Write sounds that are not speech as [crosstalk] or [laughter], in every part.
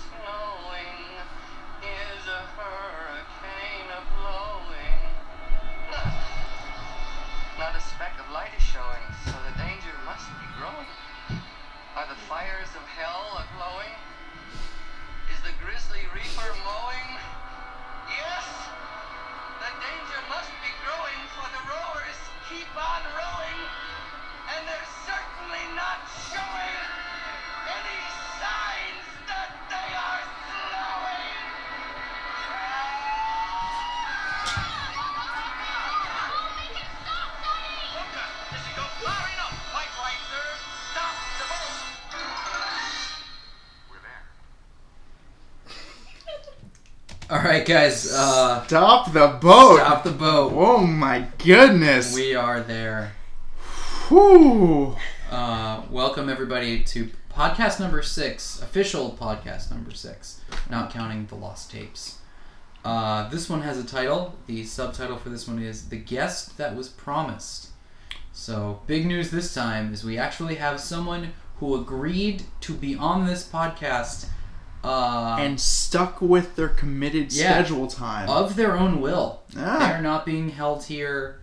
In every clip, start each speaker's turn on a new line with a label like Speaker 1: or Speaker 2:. Speaker 1: [sighs] lack of light is showing, so the danger must be growing. Are the fires of hell a glowing? Is the grisly reaper mowing? Yes! The danger must be growing, for the rowers keep on rowing, and they're certainly not showing any signs that they are slowing! Loca, this should go far enough! White light, sir! Stop the boat! We're there.
Speaker 2: All right, guys. Uh,
Speaker 3: Stop the boat.
Speaker 2: stop the boat.
Speaker 3: Oh my goodness.
Speaker 2: We are there.
Speaker 3: Whew.
Speaker 2: Uh, welcome everybody to podcast number six, official podcast number six, not counting the lost tapes. Uh, this one has a title. The subtitle for this one is "The Guest That Was Promised." So, big news this time is we actually have someone who agreed to be on this podcast uh,
Speaker 3: And stuck with their committed
Speaker 2: Yeah.
Speaker 3: schedule time.
Speaker 2: of their own will. They
Speaker 3: Ah.
Speaker 2: are not being held here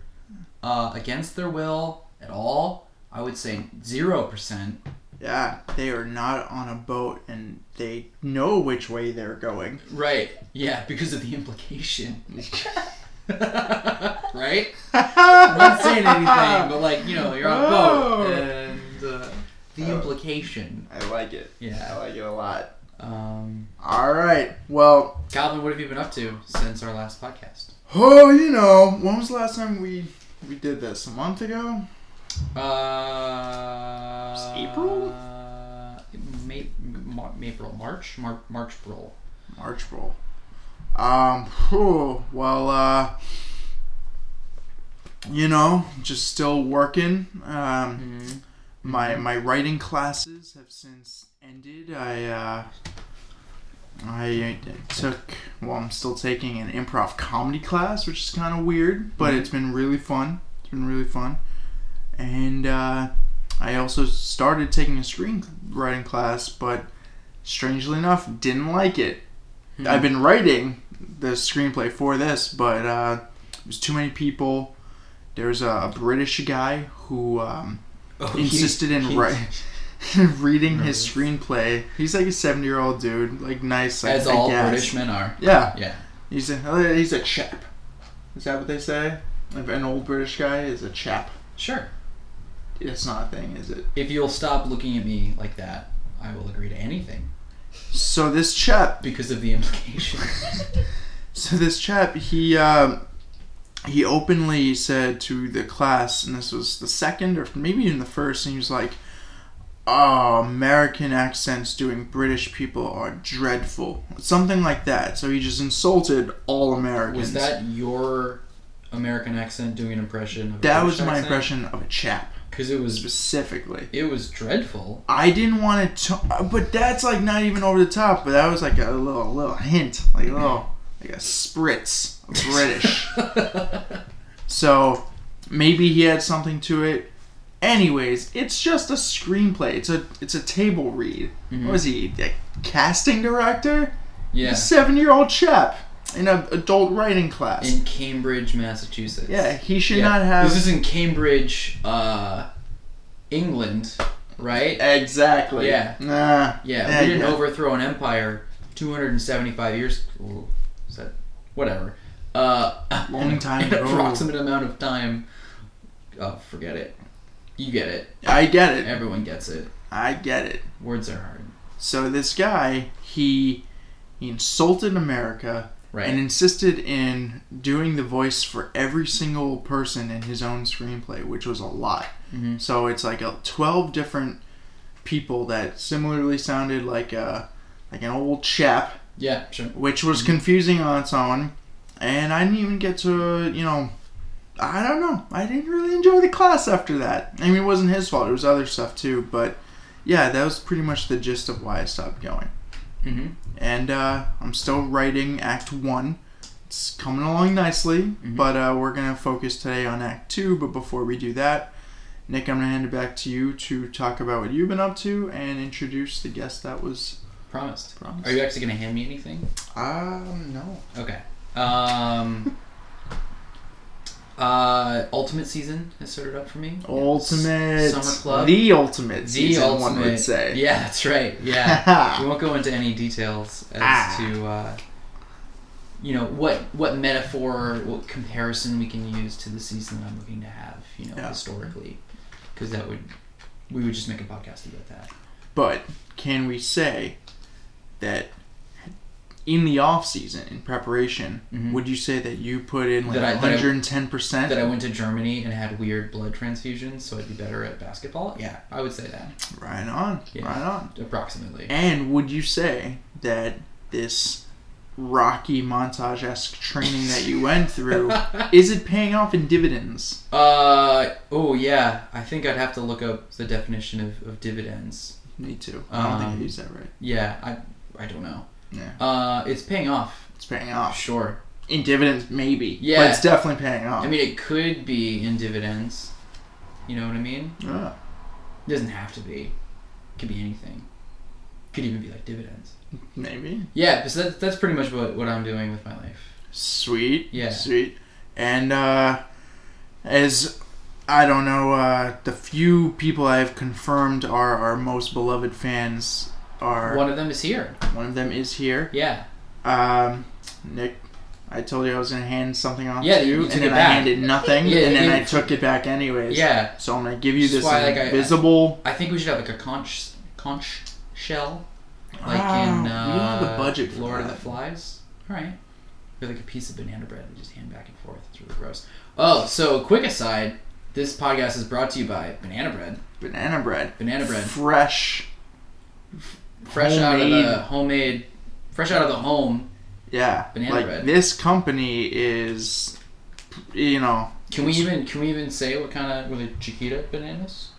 Speaker 2: uh, against their will at all. I would say zero percent.
Speaker 3: Yeah, they are not on a boat and they know which way they're going. [laughs]
Speaker 2: Right. Yeah, because of the implication. [laughs] right?
Speaker 3: [laughs]
Speaker 2: I'm not saying anything, but like you know, you're on a boat,
Speaker 3: Oh.
Speaker 2: and uh, the
Speaker 3: Oh.
Speaker 2: implication.
Speaker 3: I like it. I
Speaker 2: Yeah.
Speaker 3: like it a lot.
Speaker 2: Um,
Speaker 3: All right. Well,
Speaker 2: Calvin, what have you been up to since our last podcast?
Speaker 3: oh, you know, when was the last time we we did this? A month ago?
Speaker 2: Uh,
Speaker 3: It's April?
Speaker 2: Uh, May, Mar- April, March, Mar- March, April.
Speaker 3: March roll. Um, whew, well, uh, you know, just still working. Um,
Speaker 2: Mm-hmm.
Speaker 3: my my writing classes have since ended. I uh, I took well, I'm still taking an improv comedy class, which is kind of weird, but it's been really fun. It's been really fun, and uh, I also started taking a screenwriting class, but strangely enough, didn't like it. I've been writing the screenplay for this, but uh, it was too many people. There's a, a British guy who um, insisted in writing. [laughs] reading his screenplay. He's like a seventy-year-old dude, like nice, like,
Speaker 2: As
Speaker 3: I
Speaker 2: all
Speaker 3: guess.
Speaker 2: British men are.
Speaker 3: Yeah,
Speaker 2: Yeah.
Speaker 3: he's a oh, he's a chap. Is that what they say? If an old British guy is a chap.
Speaker 2: Sure.
Speaker 3: It's not a thing, is it?
Speaker 2: If you'll stop looking at me like that, I will agree to anything
Speaker 3: So this chap
Speaker 2: because of the [laughs] implication.
Speaker 3: So this chap, he um, he openly said to the class, and this was the second or maybe even the first, and he was like, "Oh, American accents doing British people are dreadful," something like that. So he just insulted all
Speaker 2: Was
Speaker 3: Americans.
Speaker 2: that your American accent doing an impression? Of
Speaker 3: That was my impression of a chap
Speaker 2: Because it was
Speaker 3: specifically.
Speaker 2: it was dreadful.
Speaker 3: I didn't want it to, but that's like not even over the top. But that was like a little little hint, like a little like a spritz
Speaker 2: [laughs]
Speaker 3: of British. So maybe he had something to it. Anyways, it's just a screenplay. It's a it's a table read.
Speaker 2: Mhm.
Speaker 3: What was he a casting director?
Speaker 2: yeah.
Speaker 3: A seven year old chap in an adult writing class.
Speaker 2: In Cambridge, Massachusetts.
Speaker 3: yeah, he should
Speaker 2: Yeah.
Speaker 3: not have.
Speaker 2: This is in Cambridge, uh, England, right?
Speaker 3: exactly.
Speaker 2: Yeah.
Speaker 3: Nah.
Speaker 2: Yeah,
Speaker 3: Yeah,
Speaker 2: we didn't
Speaker 3: yeah.
Speaker 2: overthrow an empire 275 years. Ooh, is that whatever? Uh,
Speaker 3: Long
Speaker 2: [laughs] an-
Speaker 3: time
Speaker 2: An
Speaker 3: ago.
Speaker 2: approximate amount of time. Oh, forget it. You get it.
Speaker 3: I get it.
Speaker 2: Everyone gets it.
Speaker 3: I get it.
Speaker 2: Words are hard.
Speaker 3: So this guy, he he insulted America
Speaker 2: Right.
Speaker 3: and insisted in doing the voice for every single person in his own screenplay, which was a lot.
Speaker 2: Mhm.
Speaker 3: So it's like a, twelve different people that similarly sounded like a like an old chap,
Speaker 2: yeah, sure.
Speaker 3: which was confusing on its own. And I didn't even get to you know, I don't know. I didn't really enjoy the class after that. I mean, it wasn't his fault. It was other stuff too. But yeah, that was pretty much the gist of why I stopped going
Speaker 2: Mm-hmm.
Speaker 3: and uh, I'm still writing Act One. It's coming along nicely,
Speaker 2: Mm-hmm.
Speaker 3: but uh, we're gonna focus today on Act Two. But before we do that, Nick, I'm gonna hand it back to you to talk about what you've been up to and introduce the guest that was
Speaker 2: Promised.
Speaker 3: promised.
Speaker 2: Are you actually going to hand me anything?
Speaker 3: Um, no.
Speaker 2: Okay. Um, [laughs] Uh, Ultimate Season has started up for me.
Speaker 3: Ultimate.
Speaker 2: Summer Club.
Speaker 3: The ultimate
Speaker 2: The
Speaker 3: season,
Speaker 2: ultimate.
Speaker 3: one would say.
Speaker 2: Yeah, that's right.
Speaker 3: [laughs]
Speaker 2: Yeah. we won't go into any details as
Speaker 3: Ah.
Speaker 2: to uh, you know what what metaphor what comparison we can use to the season that I'm looking to have you know
Speaker 3: Yeah.
Speaker 2: historically because that would we would just make a podcast about that
Speaker 3: But can we say that in the off season, in preparation,
Speaker 2: Mhm.
Speaker 3: would you say that you put in like
Speaker 2: That I- that I-
Speaker 3: 110 percent?
Speaker 2: that I went to Germany and had weird blood transfusions so I'd be better at basketball yeah I would say that
Speaker 3: Right on.
Speaker 2: Yeah.
Speaker 3: Right on.
Speaker 2: approximately
Speaker 3: And would you say that this rocky montage esque training that you went through is it paying off in dividends?
Speaker 2: [laughs] uh oh yeah I think I'd have to look up the definition of, of dividends
Speaker 3: Me too. I don't think
Speaker 2: Um,
Speaker 3: I used that right.
Speaker 2: yeah I I don't know
Speaker 3: Yeah.
Speaker 2: uh it's paying off
Speaker 3: It's paying off.
Speaker 2: sure
Speaker 3: In dividends, maybe.
Speaker 2: Yeah.
Speaker 3: But it's definitely paying off.
Speaker 2: I mean, it could be in dividends. You know what I mean?
Speaker 3: Yeah.
Speaker 2: It doesn't have to be. It could be anything. Could even be like dividends.
Speaker 3: maybe.
Speaker 2: Yeah, so that, that's pretty much what, what I'm doing with my life.
Speaker 3: Sweet.
Speaker 2: Yeah.
Speaker 3: Sweet. And uh as I don't know, uh the few people I've confirmed are our most beloved fans are
Speaker 2: One of them is here.
Speaker 3: one of them is here.
Speaker 2: Yeah.
Speaker 3: Um, Nick, I told you I was gonna hand something off
Speaker 2: Yeah,
Speaker 3: to
Speaker 2: you
Speaker 3: you,
Speaker 2: took
Speaker 3: and
Speaker 2: it
Speaker 3: then I
Speaker 2: back.
Speaker 3: handed nothing,
Speaker 2: Yeah,
Speaker 3: and then
Speaker 2: you-
Speaker 3: I took it back anyways.
Speaker 2: Yeah.
Speaker 3: So I'm gonna give you
Speaker 2: That's
Speaker 3: this
Speaker 2: why, like, I-
Speaker 3: invisible.
Speaker 2: I think we should have like a conch conch shell, like
Speaker 3: Ah,
Speaker 2: in
Speaker 3: we
Speaker 2: uh,
Speaker 3: don't have the budget for
Speaker 2: Lord of
Speaker 3: that.
Speaker 2: the Flies. All right. With like a piece of banana bread we just hand back and forth. It's really gross. Oh, so quick aside. This podcast is brought to you by banana bread.
Speaker 3: banana bread.
Speaker 2: Banana bread.
Speaker 3: Fresh.
Speaker 2: fresh out of the
Speaker 3: Homemade.
Speaker 2: homemade, fresh out of the home.
Speaker 3: Yeah.
Speaker 2: Banana
Speaker 3: like
Speaker 2: bread.
Speaker 3: this company is, you know,
Speaker 2: Can we even can we even say what kind of were the Chiquita bananas?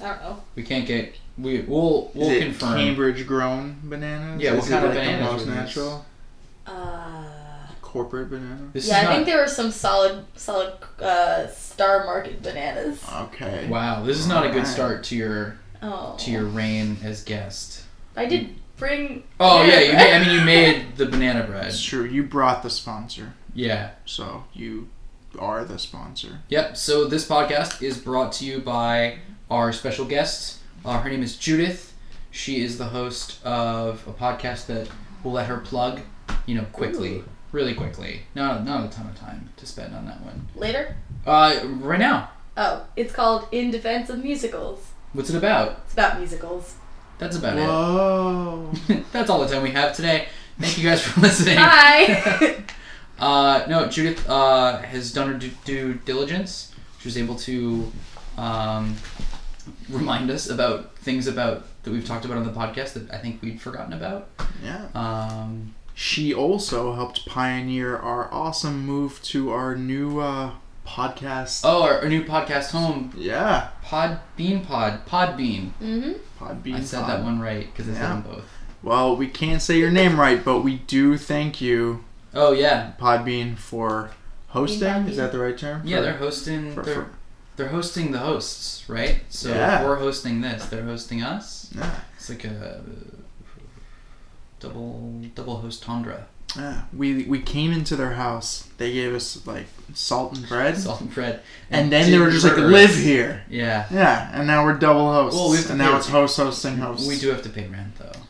Speaker 4: Uh-oh.
Speaker 2: We can't get we we'll we'll
Speaker 3: is it
Speaker 2: confirm.
Speaker 3: Cambridge grown bananas.
Speaker 2: Yeah, what
Speaker 3: Is it,
Speaker 2: kind of
Speaker 3: like,
Speaker 2: bananas
Speaker 3: The most
Speaker 2: were these?
Speaker 3: natural
Speaker 4: Uh,
Speaker 3: corporate banana.
Speaker 2: This
Speaker 4: yeah,
Speaker 2: is
Speaker 4: I think
Speaker 2: not,
Speaker 4: there were some solid, solid uh, Star Market bananas.
Speaker 2: Uh,
Speaker 3: Okay.
Speaker 2: wow, this is not a good
Speaker 3: Alright.
Speaker 2: start to your
Speaker 4: Oh,
Speaker 2: to your reign as guest.
Speaker 4: I did bring.
Speaker 2: Oh yeah,
Speaker 4: banana
Speaker 2: you
Speaker 4: bread.
Speaker 2: made, I mean you made the banana bread.
Speaker 3: That's true. You brought the sponsor,
Speaker 2: Yeah.
Speaker 3: so you are the sponsor.
Speaker 2: Yep. So this podcast is brought to you by our special guest. Uh, her name is Judith. She is the host of a podcast that we'll let her plug, you know, quickly, really quickly. Not not a ton of time to spend on that one.
Speaker 4: later.
Speaker 2: Uh, right now,
Speaker 4: Oh, it's called In Defense of Musicals.
Speaker 2: what's it about?
Speaker 4: It's about musicals.
Speaker 2: That's about
Speaker 3: Whoa.
Speaker 2: it. [laughs] That's all the time we have today. Thank you guys for [laughs] listening.
Speaker 4: Hi. [laughs]
Speaker 2: Uh, no, Judith uh, has done her due, due diligence. She was able to um, remind us about things about that we've talked about on the podcast that I think we'd forgotten about.
Speaker 3: Yeah.
Speaker 2: Um,
Speaker 3: She also helped pioneer our awesome move to our new uh, podcast.
Speaker 2: oh, our, our new podcast home,
Speaker 3: Yeah,
Speaker 2: Pod Bean Pod, Pod Bean.
Speaker 4: mm-hmm.
Speaker 3: Podbean.
Speaker 2: I said
Speaker 3: Pod.
Speaker 2: that one right because I said
Speaker 3: Yeah.
Speaker 2: them both.
Speaker 3: Well, we can't say your name right, but we do thank you,
Speaker 2: Oh yeah,
Speaker 3: Podbean, for hosting. Is that the right term?
Speaker 2: yeah.
Speaker 3: For-
Speaker 2: They're hosting.
Speaker 3: for-
Speaker 2: they're
Speaker 3: for-
Speaker 2: they're hosting the hosts, right? So
Speaker 3: Yeah.
Speaker 2: we're hosting this. They're hosting us.
Speaker 3: yeah,
Speaker 2: It's like a double double host tundra.
Speaker 3: yeah. We we came into their house. They gave us like salt and bread,
Speaker 2: [laughs] Salt and bread.
Speaker 3: and then they were just like,
Speaker 2: murderers.
Speaker 3: "Live here."
Speaker 2: Yeah.
Speaker 3: Yeah, and now we're double hosts.
Speaker 2: Well, we have to
Speaker 3: and
Speaker 2: pay-
Speaker 3: now it's host hosting hosts.
Speaker 2: We do have to pay rent though.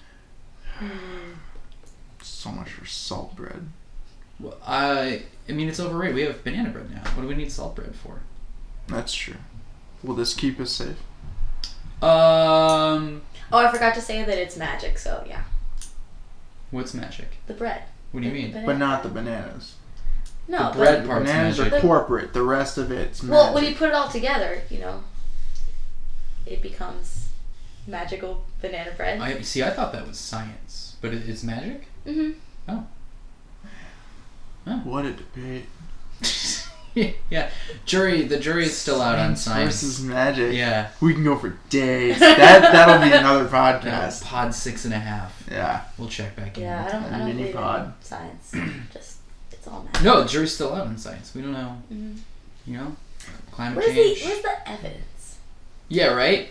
Speaker 3: so much for salt bread.
Speaker 2: Well, I I mean it's overrated. We have banana bread now. What do we need salt bread for?
Speaker 3: That's true. Will this keep us safe?
Speaker 2: Um,
Speaker 4: Oh, I forgot to say that it's magic. So yeah,
Speaker 2: what's magic?
Speaker 4: the bread.
Speaker 2: What do you mean?
Speaker 3: But not the bananas.
Speaker 4: No,
Speaker 2: the
Speaker 4: but-
Speaker 2: bread
Speaker 3: The
Speaker 2: part's
Speaker 3: bananas
Speaker 2: magic.
Speaker 3: are corporate. The rest of it's magic.
Speaker 4: Well, when you put it all together, you know, it becomes magical banana bread.
Speaker 2: I see. I thought that was science, but it, it's magic.
Speaker 4: hmm
Speaker 3: What a debate.
Speaker 2: [laughs] yeah, jury. The jury is still out on
Speaker 3: Versus
Speaker 2: science.
Speaker 3: magic.
Speaker 2: Yeah,
Speaker 3: We can go for
Speaker 4: [laughs]
Speaker 3: days. That that'll be another
Speaker 2: yeah.
Speaker 3: podcast.
Speaker 2: Pod six and a half.
Speaker 3: Yeah.
Speaker 2: We'll check back in.
Speaker 4: Yeah, I don't. I
Speaker 3: Mini
Speaker 4: don't believe in
Speaker 3: pod.
Speaker 2: [clears throat]
Speaker 4: science. Just it's all magic.
Speaker 2: No, the jury's still out on science. We don't know.
Speaker 4: Mhm.
Speaker 2: You know, climate
Speaker 4: Where's
Speaker 2: change.
Speaker 4: the Where's
Speaker 2: [laughs]
Speaker 4: the evidence?
Speaker 2: Yeah, right.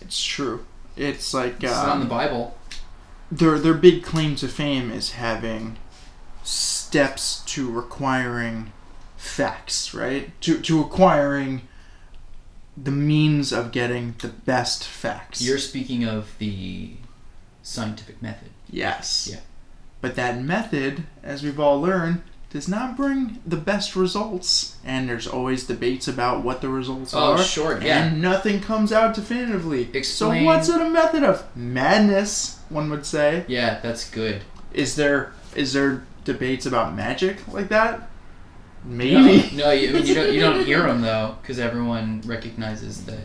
Speaker 3: It's true. It's like
Speaker 2: It's not in
Speaker 3: uh,
Speaker 2: the Bible.
Speaker 3: their their big claim to fame is having steps to requiring facts, right? To to acquiring the means of getting the best facts.
Speaker 2: You're speaking of the scientific method.
Speaker 3: yes.
Speaker 2: Yeah.
Speaker 3: But that method, as we've all learned, does not bring the best results, and there's always debates about what the results
Speaker 2: Oh,
Speaker 3: are.
Speaker 2: sure, yeah.
Speaker 3: And nothing comes out definitively.
Speaker 2: Explain-
Speaker 3: So what's it a method of madness? One would say.
Speaker 2: Yeah, that's good.
Speaker 3: Is there is there debates about magic like that?
Speaker 2: No,
Speaker 3: Maybe.
Speaker 2: Um, no, you, I mean, you don't. You don't hear them though, because everyone recognizes that.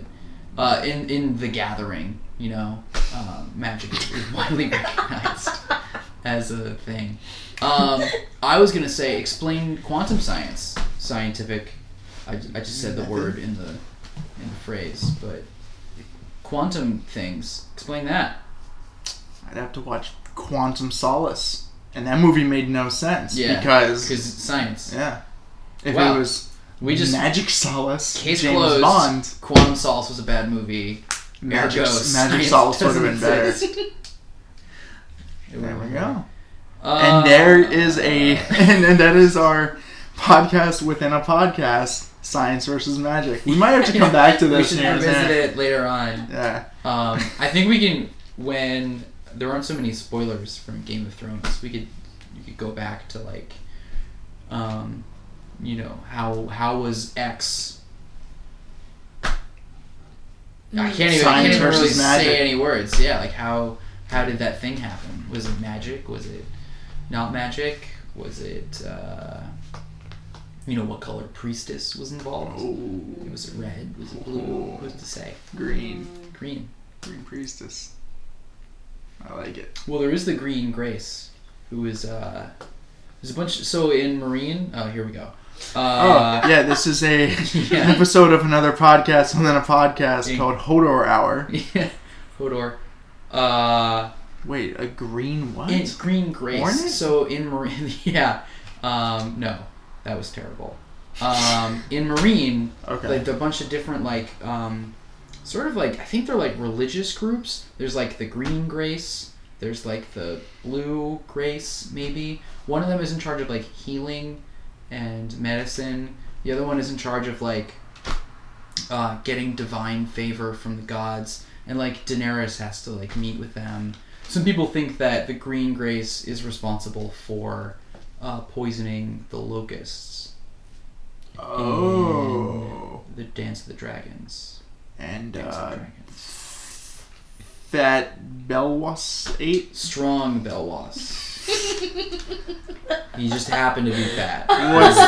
Speaker 2: Uh, in in the Gathering, you know, um, magic is widely recognized [laughs] as a thing. Um, I was gonna say explain quantum science, scientific. I, I just said the word in the in the phrase, but quantum things. Explain that.
Speaker 3: [laughs] I'd have to watch Quantum Solace, and that movie made no sense
Speaker 2: Yeah,
Speaker 3: because
Speaker 2: because it's science.
Speaker 3: yeah, if
Speaker 2: Wow.
Speaker 3: it was
Speaker 2: We just
Speaker 3: Magic Solace,
Speaker 2: case
Speaker 3: James
Speaker 2: closed.
Speaker 3: Bond,
Speaker 2: Quantum Solace was a bad movie.
Speaker 3: Magic,
Speaker 2: Ergo,
Speaker 3: Magic
Speaker 2: science
Speaker 3: Solace would have been
Speaker 2: doesn't
Speaker 3: better.
Speaker 2: exist.
Speaker 3: There
Speaker 2: Mm-hmm.
Speaker 3: we go.
Speaker 2: Uh,
Speaker 3: and there
Speaker 2: [laughs]
Speaker 3: is a [laughs] and, and that is our podcast within a podcast, Science versus Magic. We might have to come back to
Speaker 2: [laughs] we
Speaker 3: this.
Speaker 2: should
Speaker 3: here and there.
Speaker 2: revisit it later on.
Speaker 3: Yeah.
Speaker 2: Um, I think we can when there aren't so many spoilers from Game of Thrones. We could you could go back to like, um, you know how how was X.
Speaker 4: Mm.
Speaker 2: I can't even, I
Speaker 4: [laughs]
Speaker 2: can't
Speaker 3: Science
Speaker 2: even really
Speaker 3: versus magic.
Speaker 2: say any words. Yeah, like how how did that thing happen? Was it magic? Was it not magic? Was it uh, you know what color priestess was involved?
Speaker 3: Ooh,
Speaker 2: Was it red? Was it blue? Who's to say?
Speaker 3: green,
Speaker 2: Green.
Speaker 3: green priestess. I like it.
Speaker 2: Well, there is the Green Grace, who is uh, there's a bunch. So in Marine, oh here we go. Uh,
Speaker 3: oh, yeah, this is a
Speaker 2: [laughs] Yeah.
Speaker 3: an episode of another podcast within a podcast
Speaker 2: Ding.
Speaker 3: called Hodor Hour.
Speaker 2: yeah, Hodor. Uh,
Speaker 3: Wait, a green what?
Speaker 2: in Green Grace.
Speaker 3: Hornet?
Speaker 2: So in Marine, [laughs] yeah. Um, no, that was terrible. Um, in Marine,
Speaker 3: Okay.
Speaker 2: like a bunch of different like um, sort of like I think they're like religious groups. There's like the Green Grace. There's like the Blue Grace, maybe. One of them is in charge of like healing and medicine. The other one is in charge of like uh, getting divine favor from the gods, and like Daenerys has to like meet with them. Some people think that the Green Grace is responsible for uh, poisoning the locusts,
Speaker 3: oh.
Speaker 2: the Dance of the Dragons.
Speaker 3: And
Speaker 2: Dance of the
Speaker 3: uh,
Speaker 2: Dragons.
Speaker 3: Fat Belwas 8?
Speaker 2: Strong Belwas. he just happened to be fat.
Speaker 3: What's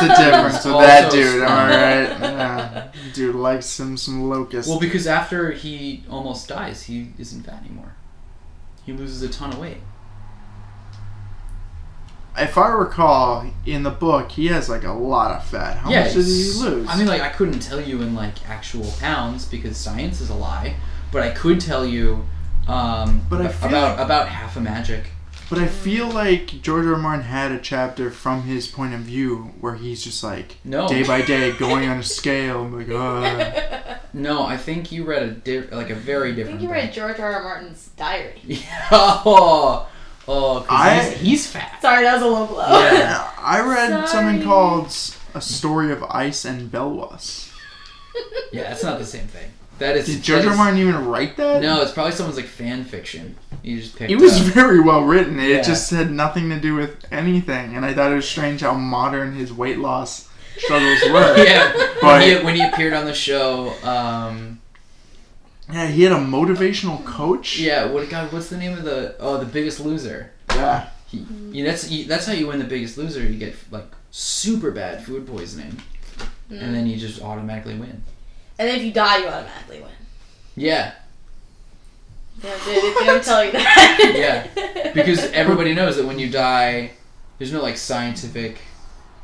Speaker 2: [laughs]
Speaker 3: the difference with
Speaker 2: Also
Speaker 3: that dude?
Speaker 2: strong.
Speaker 3: Alright.
Speaker 2: [laughs]
Speaker 3: Yeah. Dude likes him some locusts.
Speaker 2: Well, because after he almost dies, he isn't fat anymore. He loses a ton of weight.
Speaker 3: if I recall, in the book, he has like a lot of fat. How much did he
Speaker 2: it's-
Speaker 3: lose?
Speaker 2: I mean, like, I couldn't tell you in like actual pounds because science is a lie, but I could tell you um,
Speaker 3: But I
Speaker 2: ab-
Speaker 3: feel-
Speaker 2: about about half a magic.
Speaker 3: But I feel like George R. R. Martin had a chapter from his point of view where he's just like
Speaker 2: No.
Speaker 3: day by day going on a scale. I'm
Speaker 2: [laughs]
Speaker 3: like, uh,
Speaker 2: No, I think you read a di- like a very
Speaker 4: I
Speaker 2: different.
Speaker 4: think you
Speaker 2: book.
Speaker 4: read George R. R. Martin's [laughs] diary.
Speaker 2: Yeah. [laughs] Oh, oh, 'cause
Speaker 3: I-
Speaker 2: he's,
Speaker 3: [laughs]
Speaker 2: he's fat.
Speaker 4: Sorry, that was a low blow.
Speaker 2: Yeah.
Speaker 3: I read something
Speaker 4: Sorry.
Speaker 3: called S- A Story of Ice and Belwas.
Speaker 2: Yeah, that's not the same thing. That is.
Speaker 3: Did George
Speaker 2: that
Speaker 3: R.
Speaker 2: is-
Speaker 3: R. Martin even write that?
Speaker 2: No, it's probably someone's like fan fiction. You just picked.
Speaker 3: It was
Speaker 2: up.
Speaker 3: [laughs] very well written. It
Speaker 2: Yeah.
Speaker 3: just had nothing to do with anything, and I thought it was strange how modern his weight loss struggles
Speaker 2: [laughs]
Speaker 3: were.
Speaker 2: Yeah, when
Speaker 3: But- [laughs]
Speaker 2: he, when he appeared on the show, um,
Speaker 3: Yeah, he had a motivational coach.
Speaker 2: yeah, what God, what's the name of the oh the Biggest Loser?
Speaker 3: Yeah.
Speaker 2: He, you that's you, that's how you win the Biggest Loser. You get like super bad food poisoning, and then you just automatically win.
Speaker 4: [laughs] And then if you die, you automatically win.
Speaker 2: Yeah,
Speaker 4: Yeah, they, they, they don't tell you [laughs] that.
Speaker 2: Yeah, because everybody knows that when you die, there's no like scientific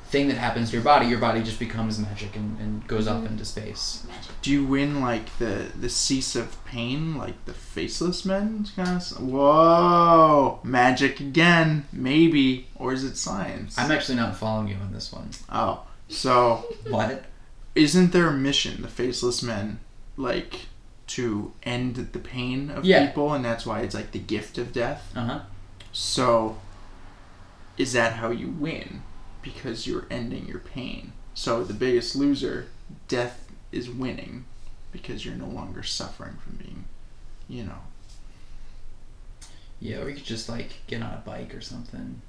Speaker 2: thing that happens to your body. Your body just becomes magic and, and goes up into space.
Speaker 3: Do you win like the the cease of pain, like the faceless men kind of? Whoa, magic again, maybe, or is it science?
Speaker 2: I'm actually not following you on this one.
Speaker 3: oh, so
Speaker 2: What?
Speaker 3: isn't their mission the faceless men like to end the pain of
Speaker 2: Yeah. Uh-huh.
Speaker 3: people, and that's why it's like the gift of death?
Speaker 2: Uh huh.
Speaker 3: So is that how you win? Because you're ending your pain. So the biggest loser, death is winning because you're no longer suffering from being, you know.
Speaker 2: Yeah, or you could just like get on a bike or something,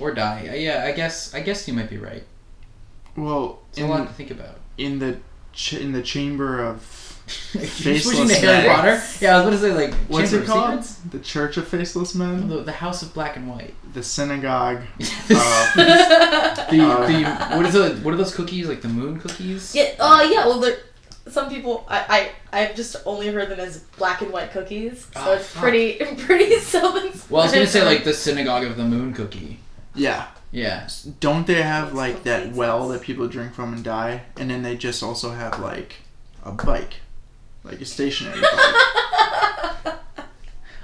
Speaker 2: or die. Uh, Yeah, I guess I guess you might be right.
Speaker 3: Well,
Speaker 2: It's a lot
Speaker 3: in,
Speaker 2: to think about. [laughs]
Speaker 3: in the ch- in the chamber of
Speaker 2: You're
Speaker 3: Faceless
Speaker 2: switching to Harry
Speaker 3: Man.
Speaker 2: Potter. Yeah, I was about to say like
Speaker 3: what's
Speaker 2: Chamber
Speaker 3: it
Speaker 2: of
Speaker 3: called?
Speaker 2: Secrets?
Speaker 3: The Church of Faceless Men,
Speaker 2: The, the House of Black and
Speaker 3: [laughs]
Speaker 2: White.
Speaker 3: the synagogue.
Speaker 4: [laughs]
Speaker 2: the, Uh, [laughs]
Speaker 3: Uh,
Speaker 2: the
Speaker 4: Uh,
Speaker 2: what is the what are those cookies like the moon cookies?
Speaker 4: yeah, uh, yeah. Well, there, some people I, I I've just only heard them as black and white cookies, so
Speaker 2: Oh,
Speaker 4: it's
Speaker 2: fuck.
Speaker 4: pretty [laughs] pretty self.
Speaker 2: Well, I was gonna say like the synagogue of the moon cookie.
Speaker 3: Yeah,
Speaker 2: Yeah,
Speaker 3: don't they have
Speaker 4: It's
Speaker 3: like that
Speaker 4: complete
Speaker 3: well
Speaker 4: sense.
Speaker 3: that people drink from and die, and then they just also have like a bike, like a stationary [laughs] bike.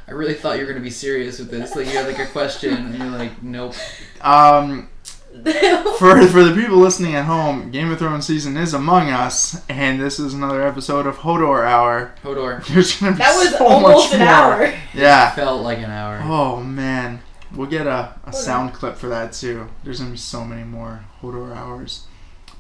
Speaker 2: I really thought you were gonna be serious with this. Like you had like a question and you're like, nope.
Speaker 3: Um,
Speaker 4: the
Speaker 3: for for the people listening at home, Game of Thrones season is among us, and this is another episode of Hodor Hour. [laughs]
Speaker 2: Hodor
Speaker 3: There's gonna be
Speaker 4: [laughs] that was
Speaker 3: so
Speaker 4: almost
Speaker 3: much
Speaker 4: an
Speaker 3: more.
Speaker 4: hour.
Speaker 3: Yeah.
Speaker 2: felt like an hour.
Speaker 3: Oh man, we'll get a, a
Speaker 4: Hodor.
Speaker 3: sound clip for that too. There's gonna be so many more Hodor hours.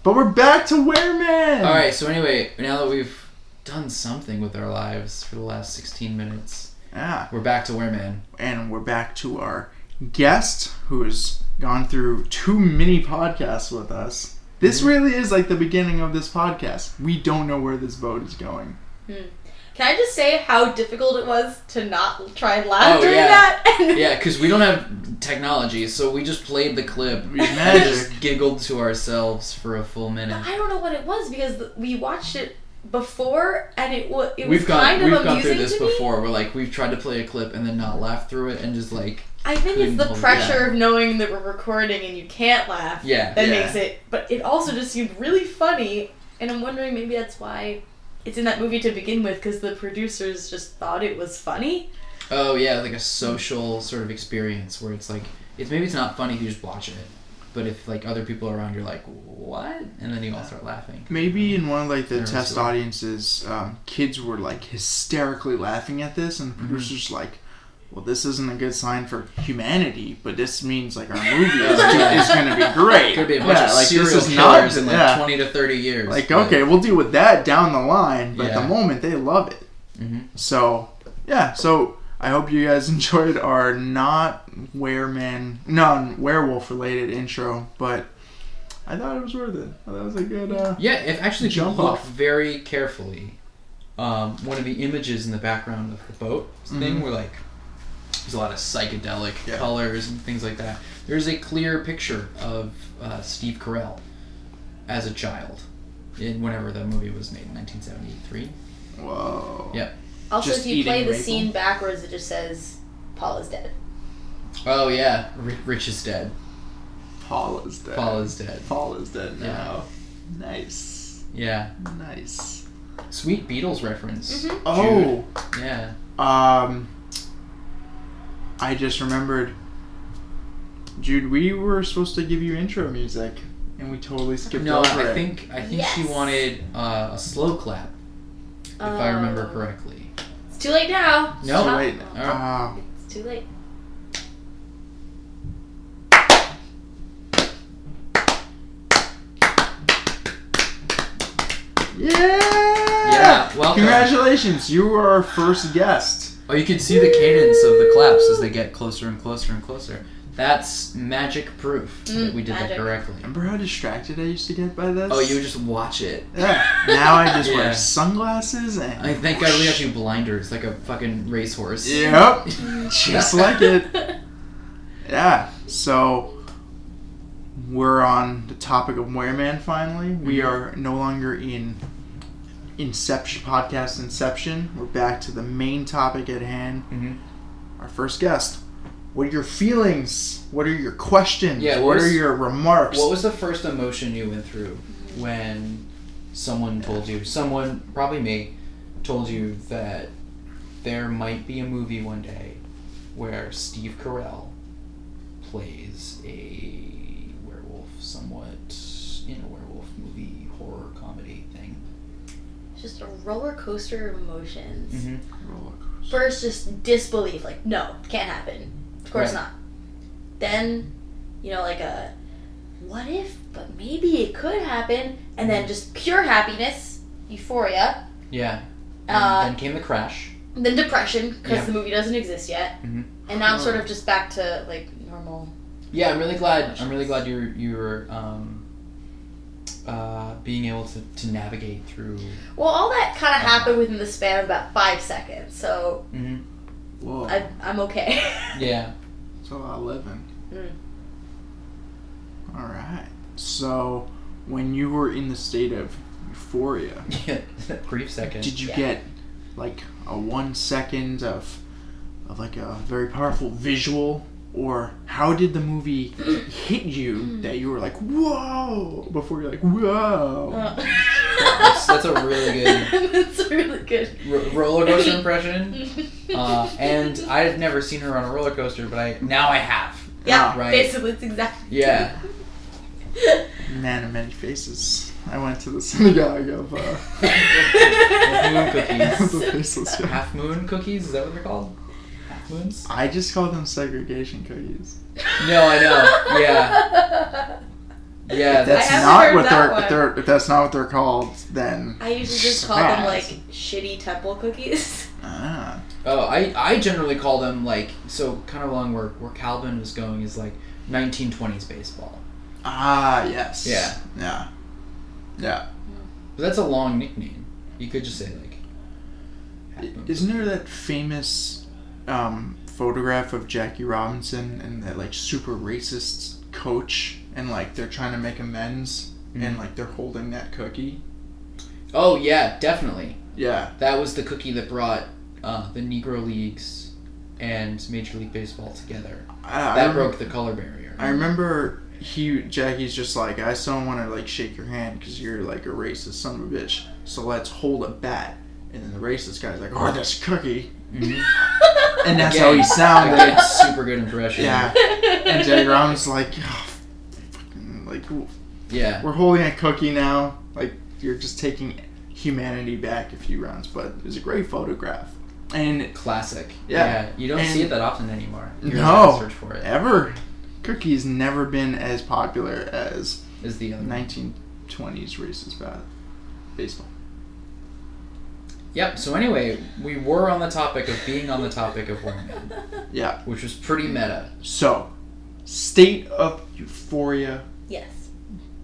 Speaker 3: But we're back to
Speaker 4: Oh.
Speaker 3: Wereman.
Speaker 2: All right. So anyway, now that we've done something with our lives for the last 16 minutes,
Speaker 3: Yeah,
Speaker 2: we're back to where man.
Speaker 3: and we're back to our guest who's gone through two mini podcasts with us. This
Speaker 2: Mm-hmm.
Speaker 3: really is like the beginning of this podcast. We don't know where this boat is going.
Speaker 4: Can I just say how difficult it was to not try and laugh
Speaker 2: Oh,
Speaker 4: during
Speaker 2: yeah.
Speaker 4: that? [laughs] And
Speaker 2: Yeah, because we don't have technology, so we just played the clip.
Speaker 3: We
Speaker 2: and
Speaker 3: magic.
Speaker 2: just giggled to ourselves for a full minute.
Speaker 4: I don't know what it was because th- we watched it before, and it, wa- it was
Speaker 2: We've gone
Speaker 4: kind of
Speaker 2: we've gone
Speaker 4: amusing
Speaker 2: through this
Speaker 4: to me.
Speaker 2: before. We're like we've tried to play a clip and then not laugh through it and just like
Speaker 4: I think it's
Speaker 2: Couldn't
Speaker 4: the
Speaker 2: hold it
Speaker 4: pressure of knowing that we're recording and you can't laugh
Speaker 2: yeah.
Speaker 4: that
Speaker 3: Yeah.
Speaker 4: makes it. But it also just seemed really funny, and I'm wondering maybe that's why it's in that movie to begin with because the producers just thought it was funny.
Speaker 2: Oh yeah, like a social sort of experience where it's like it's maybe it's not funny if you just watch it, but if like other people around you're like what, and then you all start laughing.
Speaker 3: Maybe in one of like the
Speaker 2: There was
Speaker 3: test
Speaker 2: a-
Speaker 3: audiences, um, kids were like hysterically laughing at this,
Speaker 2: Mm-hmm.
Speaker 3: and the producers like, "Well, this isn't a good sign for humanity, but this means
Speaker 2: [laughs]
Speaker 3: like our movie is,
Speaker 2: Yeah.
Speaker 3: is going to be great.
Speaker 2: Could be a bunch
Speaker 3: yeah,
Speaker 2: of
Speaker 3: like
Speaker 2: serial
Speaker 3: this is
Speaker 2: killers
Speaker 3: not
Speaker 2: in like
Speaker 3: yeah.
Speaker 2: twenty to thirty years.
Speaker 3: like okay, we'll deal with that down the line, but at
Speaker 2: Yeah.
Speaker 3: the moment they love it.
Speaker 2: Mhm.
Speaker 3: So yeah, so I hope you guys [laughs] enjoyed our not wereman, non werewolf related intro, but I thought it was worth it. I thought it was a good. Uh,
Speaker 2: Yeah, if actually if you
Speaker 3: Jump
Speaker 2: look
Speaker 3: off.
Speaker 2: very carefully, um, one of the images in the background of the boat thing
Speaker 3: Mhm.
Speaker 2: were like there's a lot of psychedelic
Speaker 3: Yeah.
Speaker 2: colors and things like that. There's a clear picture of uh, Steve Carell as a child in whenever the movie was made in 1973.
Speaker 3: Whoa.
Speaker 2: Yeah.
Speaker 4: Also,
Speaker 3: Just
Speaker 4: if you play
Speaker 3: eating
Speaker 4: the
Speaker 3: maple.
Speaker 4: scene backwards, it just says Paul is dead.
Speaker 2: Oh yeah, R- Rich is dead.
Speaker 3: Paul is dead.
Speaker 2: Paul is dead.
Speaker 3: Paul is dead
Speaker 2: Yeah.
Speaker 3: now. Nice.
Speaker 2: Yeah,
Speaker 3: Nice.
Speaker 2: sweet Beatles reference.
Speaker 4: Mhm.
Speaker 3: Oh,
Speaker 2: Yeah,
Speaker 3: um, I just remembered, Jude. We were supposed to give you intro music, and we totally skipped
Speaker 2: no,
Speaker 3: over
Speaker 2: I
Speaker 3: it.
Speaker 2: think I think she
Speaker 4: Yes.
Speaker 2: wanted uh, a slow clap, if I remember
Speaker 4: Oh.
Speaker 2: correctly.
Speaker 4: It's too late now.
Speaker 2: No.
Speaker 3: So
Speaker 4: Stop.
Speaker 3: wait,
Speaker 2: All
Speaker 3: uh,
Speaker 4: It's too late.
Speaker 3: yeah.
Speaker 2: Yeah, welcome.
Speaker 3: Congratulations, you were our first guest.
Speaker 2: Oh, you can see the cadence of the claps as they get closer and closer and closer. That's magic proof that
Speaker 4: Mm,
Speaker 2: we did
Speaker 4: magic.
Speaker 2: that correctly.
Speaker 3: Remember how distracted I used to get by this?
Speaker 2: Oh, you would just watch it.
Speaker 3: Yeah. Now I
Speaker 2: [laughs]
Speaker 3: just
Speaker 2: Yeah.
Speaker 3: wear sunglasses and.
Speaker 2: I thank God we got you blinders, like a fucking racehorse. [laughs]
Speaker 3: Yep. Just like it. Yeah. So we're on the topic of Wereman finally. We
Speaker 2: Mhm.
Speaker 3: are no longer in Inception podcast Inception. We're back to the main topic at hand.
Speaker 2: Mhm.
Speaker 3: Our first guest. What are your feelings? What are your questions?
Speaker 2: Yeah, what
Speaker 3: what
Speaker 2: was-
Speaker 3: are your remarks?
Speaker 2: What was the first emotion you went through when someone told you, someone, probably me, told you that there might be a movie one day where Steve Carell plays a werewolf, somewhat in a werewolf movie, horror comedy thing?
Speaker 4: [laughs] Just a roller coaster of emotions.
Speaker 2: Mm-hmm.
Speaker 4: First, just disbelief, like, no, can't happen. Of course
Speaker 2: Right.
Speaker 4: not. Then, you know, like a what if, but maybe it could happen, and then
Speaker 2: Mm-hmm.
Speaker 4: just pure happiness, euphoria,
Speaker 2: Yeah. And
Speaker 4: uh,
Speaker 2: then came the crash.
Speaker 4: then depression because
Speaker 2: Mm-hmm. Yeah.
Speaker 4: the movie doesn't exist yet,
Speaker 2: Mhm.
Speaker 4: and now I'm sort
Speaker 3: Huh.
Speaker 4: of just back to like normal.
Speaker 2: Yeah, I'm really glad. I'm really glad you're you're um, uh, being able to, to navigate through.
Speaker 4: Well, all that kind
Speaker 2: Uh-huh.
Speaker 4: of happened within the span of about five seconds, so
Speaker 2: Mhm.
Speaker 3: Whoa.
Speaker 4: I, I'm okay. [laughs]
Speaker 2: Yeah.
Speaker 3: So I live in.
Speaker 4: Mm.
Speaker 3: All right. So when you were in the state of euphoria,
Speaker 2: Yeah. that [laughs] Brief second.
Speaker 3: did you
Speaker 4: Yeah.
Speaker 3: get like a one second of of like a very powerful visual, or how did the movie hit
Speaker 4: Mm.
Speaker 3: you that you were like whoa before you're like whoa?
Speaker 4: Uh,
Speaker 2: That's- that's a really good-
Speaker 4: [laughs] that's a really good.
Speaker 2: [laughs] Ro- roller coaster [laughs] impression? Uh, and I had never seen her on a roller coaster, but I now I have.
Speaker 4: yeah,
Speaker 2: right.
Speaker 4: basically it's exactly [laughs]
Speaker 2: Yeah.
Speaker 3: Man of many faces. I went to the synagogue of uh, [laughs] the faceless guy.
Speaker 2: Half moon cookies? Is that what they're called? Half moons?
Speaker 3: I just call them segregation cookies.
Speaker 2: No, I know. Yeah. Yeah.
Speaker 3: If that's
Speaker 4: I haven't
Speaker 3: not
Speaker 4: heard
Speaker 3: what
Speaker 4: that
Speaker 3: they're,
Speaker 4: one.
Speaker 3: if they're if that's not what they're called, then
Speaker 4: I usually just call them like shitty temple cookies. [laughs]
Speaker 3: ah,
Speaker 2: Oh, I, I generally call them like so kind of along where where Calvin was going is like 1920s baseball.
Speaker 3: ah yes
Speaker 2: Yeah.
Speaker 3: yeah yeah.
Speaker 2: But that's a long nickname. You could just say like. half moon
Speaker 3: Isn't there that famous um, photograph of Jackie Robinson and that like super racist coach and like they're trying to make amends and
Speaker 2: Mhm.
Speaker 3: like they're holding that cookie?
Speaker 2: cookie. Oh yeah, definitely.
Speaker 3: Yeah,
Speaker 2: That was the cookie that brought uh, the Negro Leagues and Major League Baseball together.
Speaker 3: I, I
Speaker 2: That
Speaker 3: rem-
Speaker 2: broke the color barrier.
Speaker 3: I remember he Jackie's just like I still want to like shake your hand because you're like a racist son of a bitch. So let's hold a bat. And then the racist guy's like, "Oh, that's cookie,"
Speaker 2: Mhm.
Speaker 3: and that's
Speaker 2: Again.
Speaker 3: how he
Speaker 2: Again,
Speaker 3: sounded.
Speaker 2: super good impression.
Speaker 3: yeah. And Jackie Robinson's like, oh, fucking, like
Speaker 2: Yeah.
Speaker 3: we're holding a cookie now. Like you're just taking humanity back a few rounds. But it was a great photograph. And
Speaker 2: Classic.
Speaker 3: Yeah.
Speaker 2: You don't
Speaker 3: And-
Speaker 2: see it that often anymore. You're
Speaker 3: No.
Speaker 2: gonna Search for it.
Speaker 3: ever, cookie's never been as popular as
Speaker 2: Is the other. one.
Speaker 3: 1920s racist bat baseball.
Speaker 2: Yep. So anyway, we were on the topic of being on the topic of white men,
Speaker 3: Yeah.
Speaker 2: which was pretty meta.
Speaker 3: So, state of euphoria
Speaker 4: yes.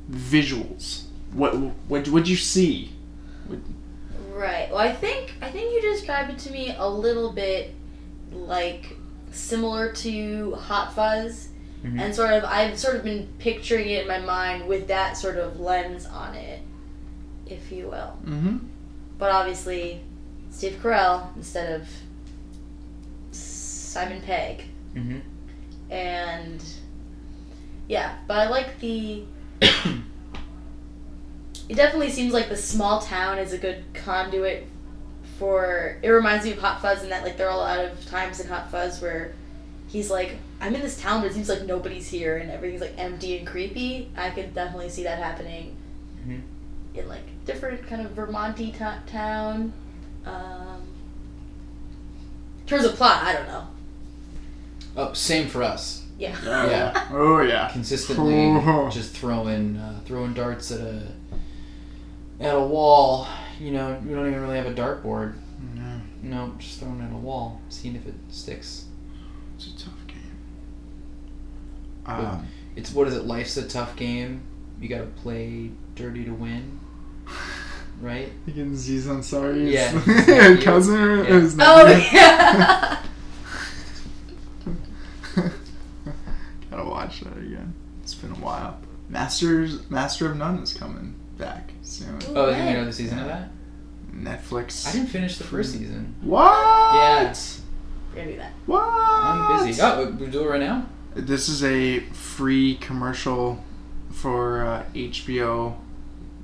Speaker 3: visuals. What what would you see?
Speaker 4: Right. Well, I think I think you described it to me a little bit like similar to Hot Fuzz,
Speaker 2: Mhm.
Speaker 4: and sort of I've sort of been picturing it in my mind with that sort of lens on it, if you will.
Speaker 3: Mm-hmm.
Speaker 4: But obviously, Steve Carell instead of Simon Pegg.
Speaker 2: Mm-hmm.
Speaker 4: and yeah, but I like the. [coughs] it definitely seems like the small town is a good conduit for. It reminds me of Hot Fuzz in that like there are a lot of times in Hot Fuzz where he's like, I'm in this town, but it seems like nobody's here and everything's like empty and creepy. I could definitely see that happening
Speaker 2: Mhm.
Speaker 4: in like different kind of Vermonty to town. Um, in terms of plot, I don't know.
Speaker 2: Oh, same for us.
Speaker 4: Yeah.
Speaker 2: Yeah.
Speaker 3: Oh yeah.
Speaker 2: Consistently,
Speaker 3: Oh.
Speaker 2: just throwing uh, throwing darts at a at a wall. You know, we don't even really have a dartboard.
Speaker 3: No,
Speaker 2: No, just throwing at a wall, seeing if it sticks.
Speaker 3: it's a tough game. Um,
Speaker 2: It's what is it? Life's a tough game. You gotta play dirty to win, right?
Speaker 3: you can see Ansari's [laughs]
Speaker 2: Yeah.
Speaker 3: cousin or
Speaker 2: Yeah.
Speaker 3: his
Speaker 4: Oh
Speaker 3: nephew?
Speaker 4: [laughs] yeah.
Speaker 3: [laughs] Gotta watch that again. It's been a while. Masters, Master of None is coming back soon.
Speaker 2: Oh, you know the season of that?
Speaker 3: Netflix.
Speaker 2: I didn't finish the first season.
Speaker 3: What?
Speaker 2: Yeah.
Speaker 4: We're gonna do that.
Speaker 3: What?
Speaker 2: I'm busy. Oh, we we do it right now.
Speaker 3: This is a free commercial for uh, HBO.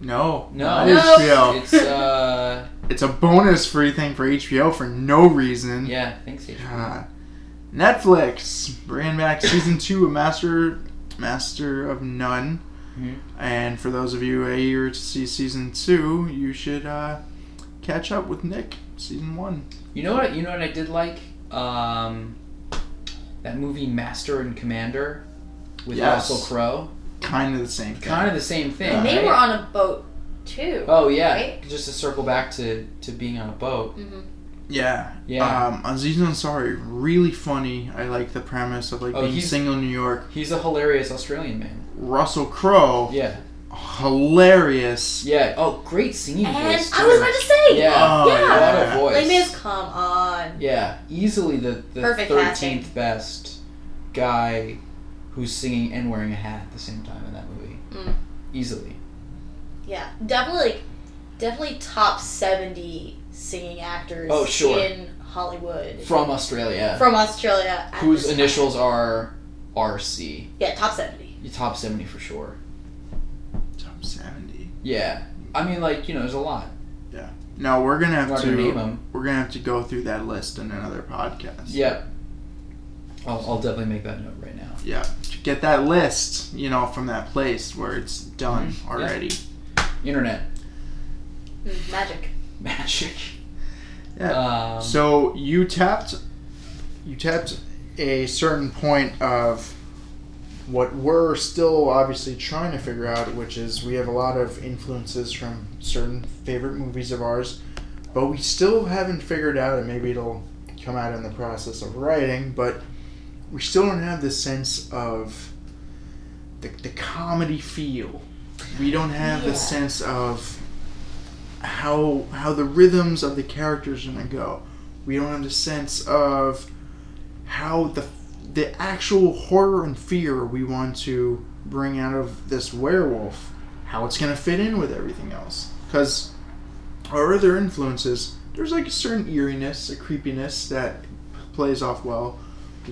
Speaker 3: No,
Speaker 2: No.
Speaker 3: not
Speaker 2: No.
Speaker 3: HBO.
Speaker 2: It's uh,
Speaker 3: It's a bonus free thing for HBO for no reason.
Speaker 2: yeah. Thanks, Adrian.
Speaker 3: God. Netflix bringing back season two of Master Master of None.
Speaker 2: Mhm.
Speaker 3: And for those of you eager to see season two, you should uh, catch up with Nick season one.
Speaker 2: You know what? You know what I did like? Um, that movie Master and Commander. with
Speaker 3: Yes.
Speaker 2: Russell Crowe.
Speaker 3: Kind of the same thing.
Speaker 2: Kind of the same thing.
Speaker 4: And they
Speaker 2: right?
Speaker 4: were on a boat too.
Speaker 2: Oh yeah,
Speaker 4: right?
Speaker 2: just to circle back to to being on a boat.
Speaker 4: Mm-hmm.
Speaker 3: Yeah.
Speaker 2: Yeah.
Speaker 3: Um, Aziz Ansari, really funny. I like the premise of like
Speaker 2: Oh,
Speaker 3: being
Speaker 2: he's-
Speaker 3: single in New York.
Speaker 2: He's a hilarious Australian man.
Speaker 3: Russell Crowe,
Speaker 2: Yeah,
Speaker 3: hilarious.
Speaker 2: yeah. Oh, great singing
Speaker 4: And
Speaker 2: voice.
Speaker 4: I
Speaker 2: too.
Speaker 4: was about to say,
Speaker 2: Yeah.
Speaker 3: Oh,
Speaker 4: Yeah.
Speaker 2: What a voice.
Speaker 4: Les Mis, come on.
Speaker 2: Yeah, easily the the
Speaker 4: Perfect casting.
Speaker 2: thirteenth best guy who's singing and wearing a hat at the same time in that movie.
Speaker 4: Mm.
Speaker 2: Easily.
Speaker 4: Yeah, definitely, like, definitely top seventy singing actors.
Speaker 2: Oh, sure.
Speaker 4: In Hollywood,
Speaker 2: From Australia,
Speaker 4: from Australia. at
Speaker 2: whose
Speaker 4: this time.
Speaker 2: initials are RC.
Speaker 4: Yeah, top seventy.
Speaker 2: You top seventy for sure.
Speaker 3: Top 70.
Speaker 2: Yeah, I mean, like you know, there's a lot.
Speaker 3: No, we're gonna
Speaker 2: I'm
Speaker 3: have
Speaker 2: not
Speaker 3: to
Speaker 2: gonna name them.
Speaker 3: we're gonna have to go through that list in another podcast.
Speaker 2: Yep. I'll, I'll definitely make that note right now.
Speaker 3: Yeah. To get that list, you know, from that place where it's done
Speaker 2: Mhm.
Speaker 3: already.
Speaker 2: Internet [laughs]
Speaker 4: Mm, magic.
Speaker 2: magic.
Speaker 3: Yeah.
Speaker 2: Um,
Speaker 3: so you tapped you tapped a certain point of what we're still obviously trying to figure out, which is we have a lot of influences from certain favorite movies of ours, but we still haven't figured out, and maybe it'll come out in the process of writing, but we still don't have this sense of the, the comedy feel. We don't have
Speaker 4: Yeah.
Speaker 3: the sense of how how the rhythms of the characters are gonna go. We don't have the sense of how the the actual horror and fear we want to bring out of this werewolf, how it's gonna fit in with everything else. Because our other influences, there's like a certain eeriness, a creepiness that plays off well.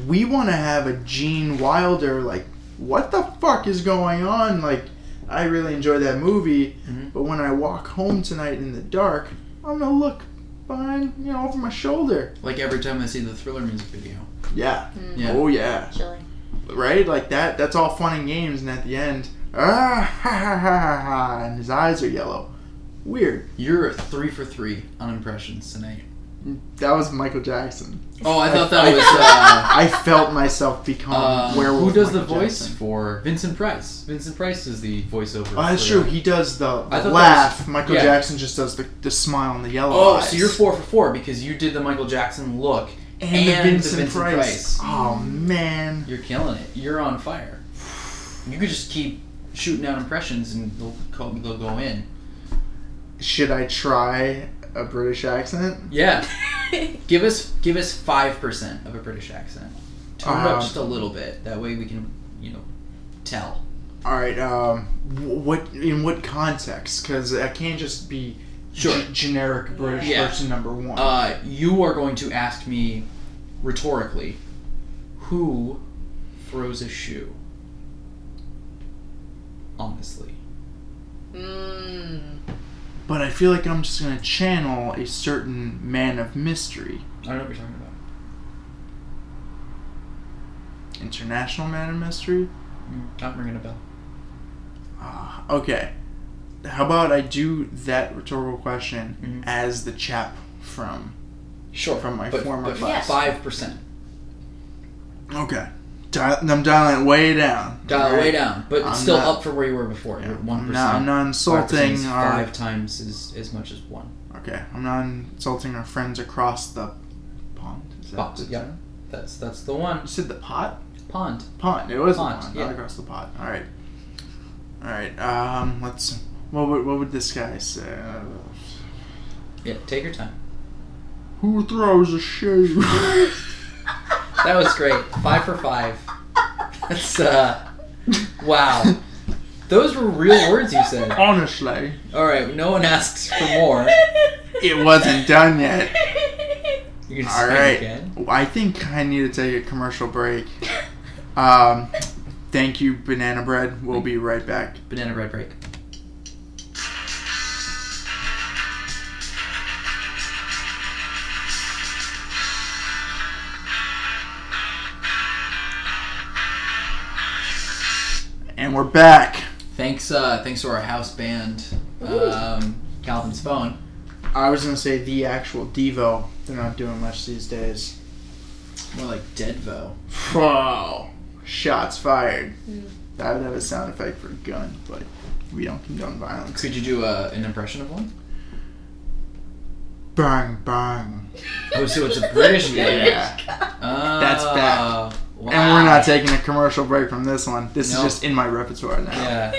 Speaker 3: We want to have a Gene Wilder like, what the fuck is going on? Like, I really enjoyed that movie,
Speaker 2: Mhm.
Speaker 3: but when I walk home tonight in the dark, I'm gonna look behind, you know, over my shoulder.
Speaker 2: like every time I see the Thriller music video.
Speaker 3: Yeah.
Speaker 4: Mm,
Speaker 2: Yeah.
Speaker 3: Oh yeah.
Speaker 2: [laughs]
Speaker 4: Chilling.
Speaker 3: Right? Like that. That's all fun and games, and at the end, ah ha ha ha ha, ha and his eyes are yellow. Weird.
Speaker 2: You're three for three on impressions tonight.
Speaker 3: That was Michael Jackson.
Speaker 2: Oh, I thought
Speaker 3: I-
Speaker 2: that was. Uh,
Speaker 3: I felt myself become
Speaker 2: Uh,
Speaker 3: werewolf.
Speaker 2: who does the
Speaker 3: Michael
Speaker 2: voice
Speaker 3: Jackson.
Speaker 2: for Vincent Price? Vincent Price is the voiceover.
Speaker 3: Oh, that's
Speaker 2: for- uh,
Speaker 3: true. He does the,
Speaker 2: that
Speaker 3: the
Speaker 2: was-
Speaker 3: laugh. Michael
Speaker 2: yeah.
Speaker 3: Jackson just does the, the smile and the yellow
Speaker 2: Oh,
Speaker 3: eyes.
Speaker 2: so you're four for four because you did the Michael Jackson look.
Speaker 3: and,
Speaker 2: and
Speaker 3: the
Speaker 2: the
Speaker 3: Vincent,
Speaker 2: Vincent Price.
Speaker 3: Price. Oh man,
Speaker 2: You're killing it. You're on fire. You could just keep shooting out impressions and they'll, co- they'll go in.
Speaker 3: should I try a British accent?
Speaker 2: Yeah, give us give us five percent of a British accent. Turn it
Speaker 3: Um,
Speaker 2: up just a little bit. That way we can, you know, tell.
Speaker 3: All right. Um, wh- what in what context? Because I can't just be
Speaker 2: Sure.
Speaker 3: g- generic British
Speaker 2: Yeah.
Speaker 3: person number one.
Speaker 2: Uh, you are going to ask me rhetorically, who throws a shoe? Honestly.
Speaker 4: Mm.
Speaker 3: but I feel like I'm just gonna channel a certain man of mystery,
Speaker 2: I don't know what you're talking about.
Speaker 3: international man of mystery.
Speaker 2: Mm, Not ringing a bell.
Speaker 3: Ah, okay. How about I do that rhetorical question
Speaker 2: Mhm.
Speaker 3: as the chap from?
Speaker 2: Sure.
Speaker 3: From my
Speaker 2: but,
Speaker 3: former
Speaker 2: but
Speaker 4: class.
Speaker 2: Five percent.
Speaker 3: Okay. Dial, I'm dialing it way down.
Speaker 2: Dial it way
Speaker 3: Alright.
Speaker 2: down, but
Speaker 3: I'm
Speaker 2: still
Speaker 3: not-
Speaker 2: up from where you were before. You're at one
Speaker 3: I'm not, I'm not insulting our.
Speaker 2: five times as, as much as one.
Speaker 3: Okay, I'm not insulting our friends across the pond. Is that
Speaker 2: Pot,
Speaker 3: the-
Speaker 2: yeah. That's that's the
Speaker 3: You
Speaker 2: one
Speaker 3: said the pot.
Speaker 2: pond.
Speaker 3: Pond. It was
Speaker 2: Pond,
Speaker 3: the pond,
Speaker 2: yeah.
Speaker 3: not across the pot. All right. All right. Um. Let's. What would what would this guy say? Uh,
Speaker 2: Yeah, take your time.
Speaker 3: Who throws
Speaker 2: [laughs]
Speaker 3: a shoe?
Speaker 2: That was great. Five for five. That's uh, wow. Those were real words you said.
Speaker 3: Honestly,
Speaker 2: All right, no one asks for more.
Speaker 3: it
Speaker 4: [laughs]
Speaker 3: wasn't done yet.
Speaker 2: You can just
Speaker 3: All
Speaker 2: start
Speaker 3: right.
Speaker 2: again.
Speaker 3: I think I need to take a commercial break. Um, thank you, Banana Bread. We'll be right back.
Speaker 2: Banana bread break.
Speaker 3: And we're back.
Speaker 2: Thanks, uh, thanks to our house band, um, Calvin's phone.
Speaker 3: I was gonna say the actual Devo. They're not doing much these days.
Speaker 2: More like Deadvo.
Speaker 3: Wow. Shots fired.
Speaker 4: Mm.
Speaker 3: I would have a sound effect for a gun, but we don't condone violence.
Speaker 2: Could you do uh, an impression of one?
Speaker 3: Bang, bang.
Speaker 2: Oh, so it's a [laughs] British
Speaker 3: guy.
Speaker 2: Oh,
Speaker 3: That's bad. And we're not taking a commercial break from this one. This
Speaker 2: Nope.
Speaker 3: is just in my repertoire now.
Speaker 2: Yeah.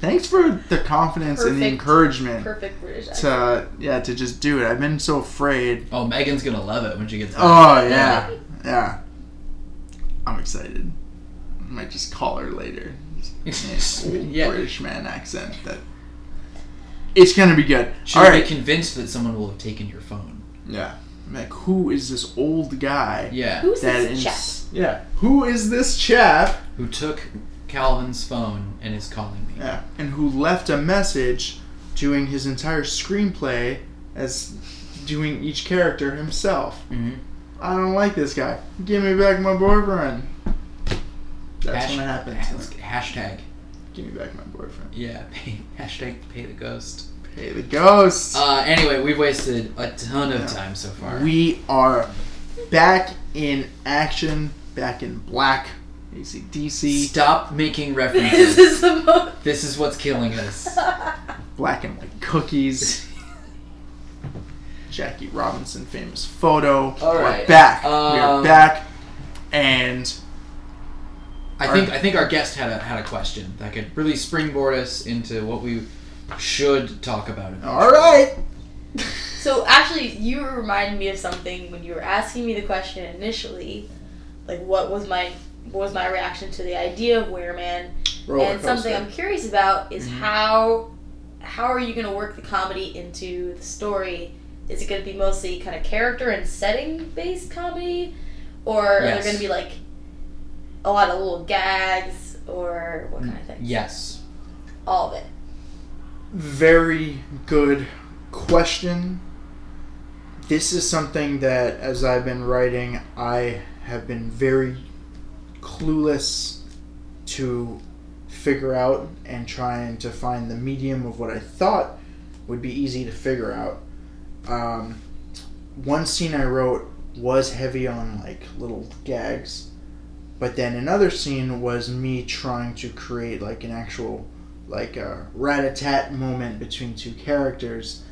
Speaker 3: Thanks for the confidence and the
Speaker 4: Perfect.
Speaker 3: encouragement
Speaker 4: Perfect British accent.
Speaker 3: to yeah to just do it. I've been so afraid.
Speaker 2: Oh, Megan's gonna love it when she gets.
Speaker 3: Oh yeah, yeah. I'm excited. I might just call her later. Just an old
Speaker 2: [laughs] Yeah.
Speaker 3: British man accent that. It's gonna be good.
Speaker 2: She'll
Speaker 3: All right.
Speaker 2: be convinced that someone will have taken your phone.
Speaker 3: yeah. I'm Like who is this old guy?
Speaker 2: Yeah.
Speaker 4: Who's
Speaker 3: that [laughs]
Speaker 4: this chap?
Speaker 3: ins- Yeah. Who is this chap?
Speaker 2: Who took Calvin's phone and is calling me?
Speaker 3: Yeah. And who left a message doing his entire screenplay as doing each character himself.
Speaker 2: Mm-hmm.
Speaker 3: I don't like this guy. Give me back my boyfriend. That's
Speaker 2: Hash-
Speaker 3: what happens.
Speaker 2: Hashtag.
Speaker 3: Give me back my boyfriend.
Speaker 2: Yeah. [laughs] Pay, hashtag pay the
Speaker 3: [laughs]
Speaker 2: ghost.
Speaker 3: Hey, the ghost.
Speaker 2: Uh, anyway, we've wasted a ton of
Speaker 3: Yeah.
Speaker 2: time so far.
Speaker 3: we are back in action, back in black. ACDC,
Speaker 2: Stop making
Speaker 3: [laughs]
Speaker 4: This
Speaker 2: references.
Speaker 4: is the most.
Speaker 2: this is what's killing us.
Speaker 3: black and white
Speaker 2: [laughs]
Speaker 3: cookies. Jackie Robinson famous photo.
Speaker 2: All
Speaker 3: We're
Speaker 2: right.
Speaker 3: back. we are
Speaker 2: Um,
Speaker 3: back. And
Speaker 2: I think I think our guest had a had a question that could really springboard us into what we should talk about.
Speaker 3: all right.
Speaker 4: So actually, you were reminding me of something when you were asking me the question initially, like what was my what was my reaction to the idea of Wear Man,
Speaker 3: Roller
Speaker 4: and something
Speaker 3: coaster.
Speaker 4: I'm curious about is
Speaker 2: Mhm.
Speaker 4: how how are you going to work the comedy into the story? Is it going to be mostly kind of character and setting based comedy, or are there
Speaker 2: Yes.
Speaker 4: going to be like a lot of little gags or what kind of thing?
Speaker 2: Yes.
Speaker 4: All of it.
Speaker 3: Very good question. This is something that, as I've been writing, I have been very clueless to figure out and trying to find the medium of what I thought would be easy to figure out. Um, one scene I wrote was heavy on like little gags, but then another scene was me trying to create like an actual like a rat-a-tat moment between two characters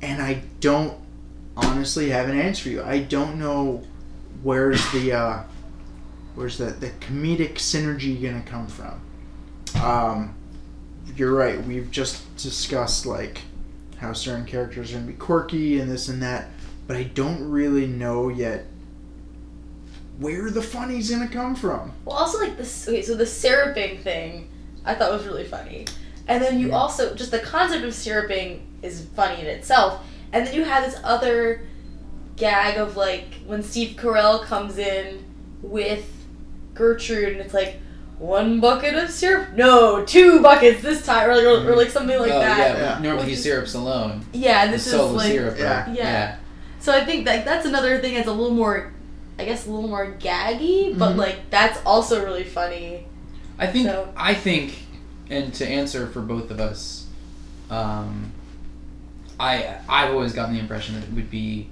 Speaker 3: and i don't honestly have an answer for you i don't know where's the uh where's the the comedic synergy gonna come from um you're right we've just discussed like how certain characters are gonna be quirky and this and that but i don't really know yet where the funny's gonna come from
Speaker 4: Well, also like this. Okay, so the syruping thing, I thought was really funny, and then you
Speaker 3: Yeah.
Speaker 4: also just the concept of syruping is funny in itself, and then you have this other gag of like when Steve Carell comes in with Gertrude, and it's like one bucket of syrup, no, two buckets this time, or like, or, or, like something like
Speaker 2: oh
Speaker 4: that.
Speaker 2: yeah.
Speaker 3: Yeah.
Speaker 2: Normally he
Speaker 4: Which is-
Speaker 2: syrups alone.
Speaker 4: Yeah, and
Speaker 2: The
Speaker 4: this
Speaker 2: solo
Speaker 4: is like
Speaker 2: syrup.
Speaker 3: Yeah.
Speaker 2: right?
Speaker 4: Yeah. so. I think that that's another thing that's a little more, I guess, a little more gaggy, but
Speaker 2: Mm-hmm.
Speaker 3: Mhm.
Speaker 4: like that's also really funny.
Speaker 2: I think
Speaker 4: So-
Speaker 2: I think, and to answer for both of us, um, I I've always gotten the impression that it would be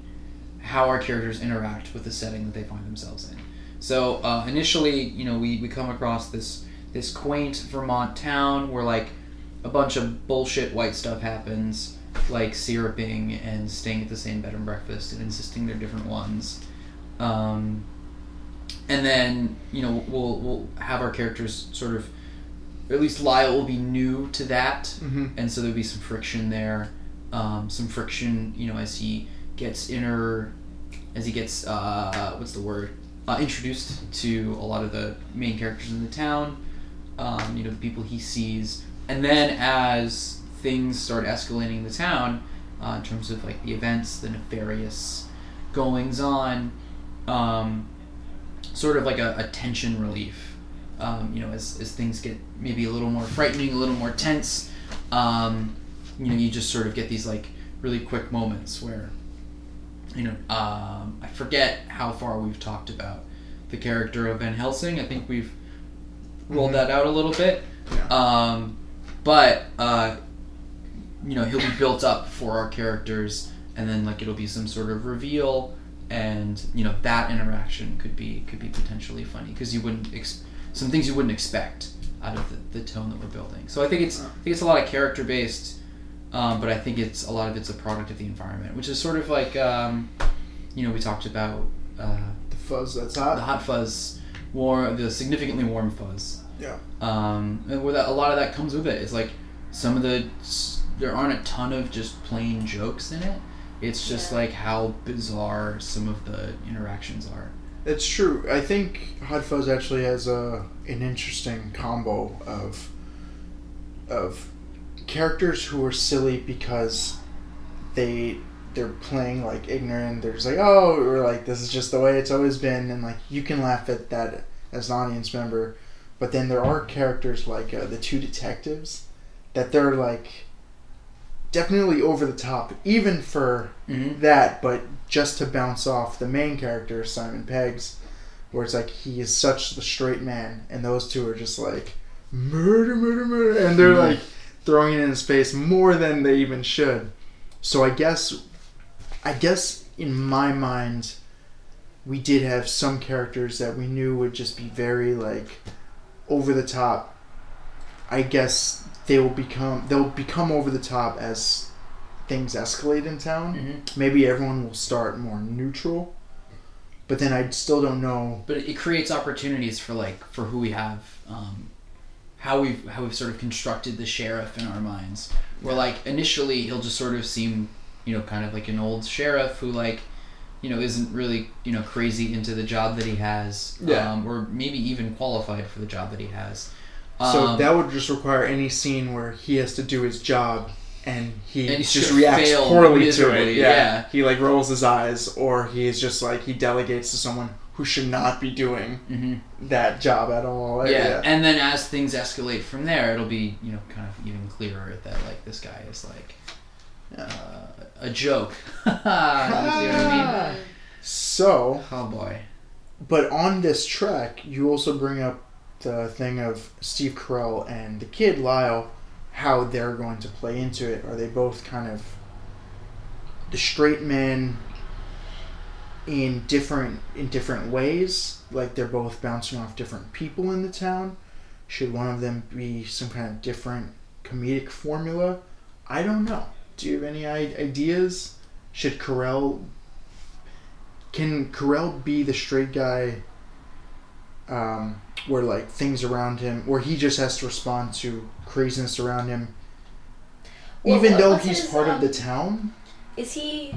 Speaker 2: how our characters interact with the setting that they find themselves in. So uh, initially, you know, we, we come across this this quaint Vermont town where like a bunch of bullshit white stuff happens, like syruping and staying at the same bed and breakfast and insisting they're different ones. Um, and then you know we'll we'll have our characters sort of, or at least Lyle will be new to that
Speaker 3: mm-hmm.
Speaker 2: and so there'll be some friction there um, some friction you know as he gets inner as he gets uh, what's the word uh, introduced to a lot of the main characters in the town um, you know the people he sees and then as things start escalating in the town uh, in terms of like the events the nefarious goings on um, sort of like a, a tension relief um, you know as, as things get maybe a little more frightening a little more tense um, you know, you just sort of get these like really quick moments where, you know, um, I forget how far we've talked about the character of Van Helsing. I think we've rolled
Speaker 3: Mhm.
Speaker 2: that out a little bit.
Speaker 3: Yeah.
Speaker 2: Um, but uh, you know, he'll be built up for our characters, and then like it'll be some sort of reveal, and you know that interaction could be could be potentially funny because you wouldn't ex- some things you wouldn't expect out of the, the tone that we're building. So I think it's I think it's a lot of character based, um, but I think it's a lot of it's a product of the environment, which is sort of like um, you know we talked about uh,
Speaker 3: The fuzz that's
Speaker 2: the
Speaker 3: hot.
Speaker 2: hot fuzz, war the significantly warm fuzz
Speaker 3: Yeah.
Speaker 2: um, and where that a lot of that comes with it is like some of the s- there aren't a ton of just plain jokes in it. It's just
Speaker 4: Yeah.
Speaker 2: like how bizarre some of the interactions are.
Speaker 3: It's true. I think Hot Fuzz actually has a an interesting combo of of characters who are silly because they they're playing like ignorant. They're just like, oh, or like this is just the way it's always been, and like you can laugh at that as an audience member. But then there are characters like uh, the two detectives that they're like definitely over the top, even for
Speaker 2: Mm-hmm.
Speaker 3: that, but just to bounce off the main character, Simon Peggs, where it's like he is such the straight man, and those two are just like murder, murder, murder, and they're
Speaker 2: Mhm.
Speaker 3: like throwing it in his face more than they even should. So I guess, I guess in my mind, we did have some characters that we knew would just be very like over the top. I guess they will become they'll become over the top as things escalate in town
Speaker 2: Mm-hmm.
Speaker 3: maybe everyone will start more neutral but then i still don't know
Speaker 2: But it creates opportunities for like for who we have, um, how we've how we've sort of constructed the sheriff in our minds. Where like initially he'll just sort of seem you know kind of like an old sheriff who like you know isn't really you know crazy into the job that he has,
Speaker 3: Yeah.
Speaker 2: um, or maybe even qualified for the job that he has.
Speaker 3: so
Speaker 2: Um,
Speaker 3: that would just require any scene where he has to do his job and he
Speaker 2: And he's
Speaker 3: just
Speaker 2: gonna
Speaker 3: reacts
Speaker 2: fail
Speaker 3: poorly to it
Speaker 2: miserably,
Speaker 3: yeah.
Speaker 2: yeah.
Speaker 3: he like rolls his eyes or he's just like he delegates to someone who should not be doing
Speaker 2: mhm.
Speaker 3: that job at all
Speaker 2: yeah. and then as things escalate from there, it'll be you know kind of even clearer that like this guy is like uh, a joke. [laughs] uh, you know what
Speaker 3: [laughs]
Speaker 2: I mean?
Speaker 3: Ah. so
Speaker 2: Oh boy.
Speaker 3: but on this track you also bring up the thing of steve carell and the kid lyle how they're going to play into it are they both kind of the straight men in different in different ways like they're both bouncing off different people in the town should one of them be some kind of different comedic formula i don't know do you have any i- ideas should carell can carell be the straight guy um, where like things around him where he just has to respond to craziness around him
Speaker 4: Well,
Speaker 3: even
Speaker 4: what-
Speaker 3: though
Speaker 4: what's
Speaker 3: he's
Speaker 4: his,
Speaker 3: part of
Speaker 4: um,
Speaker 3: the town
Speaker 4: Is he?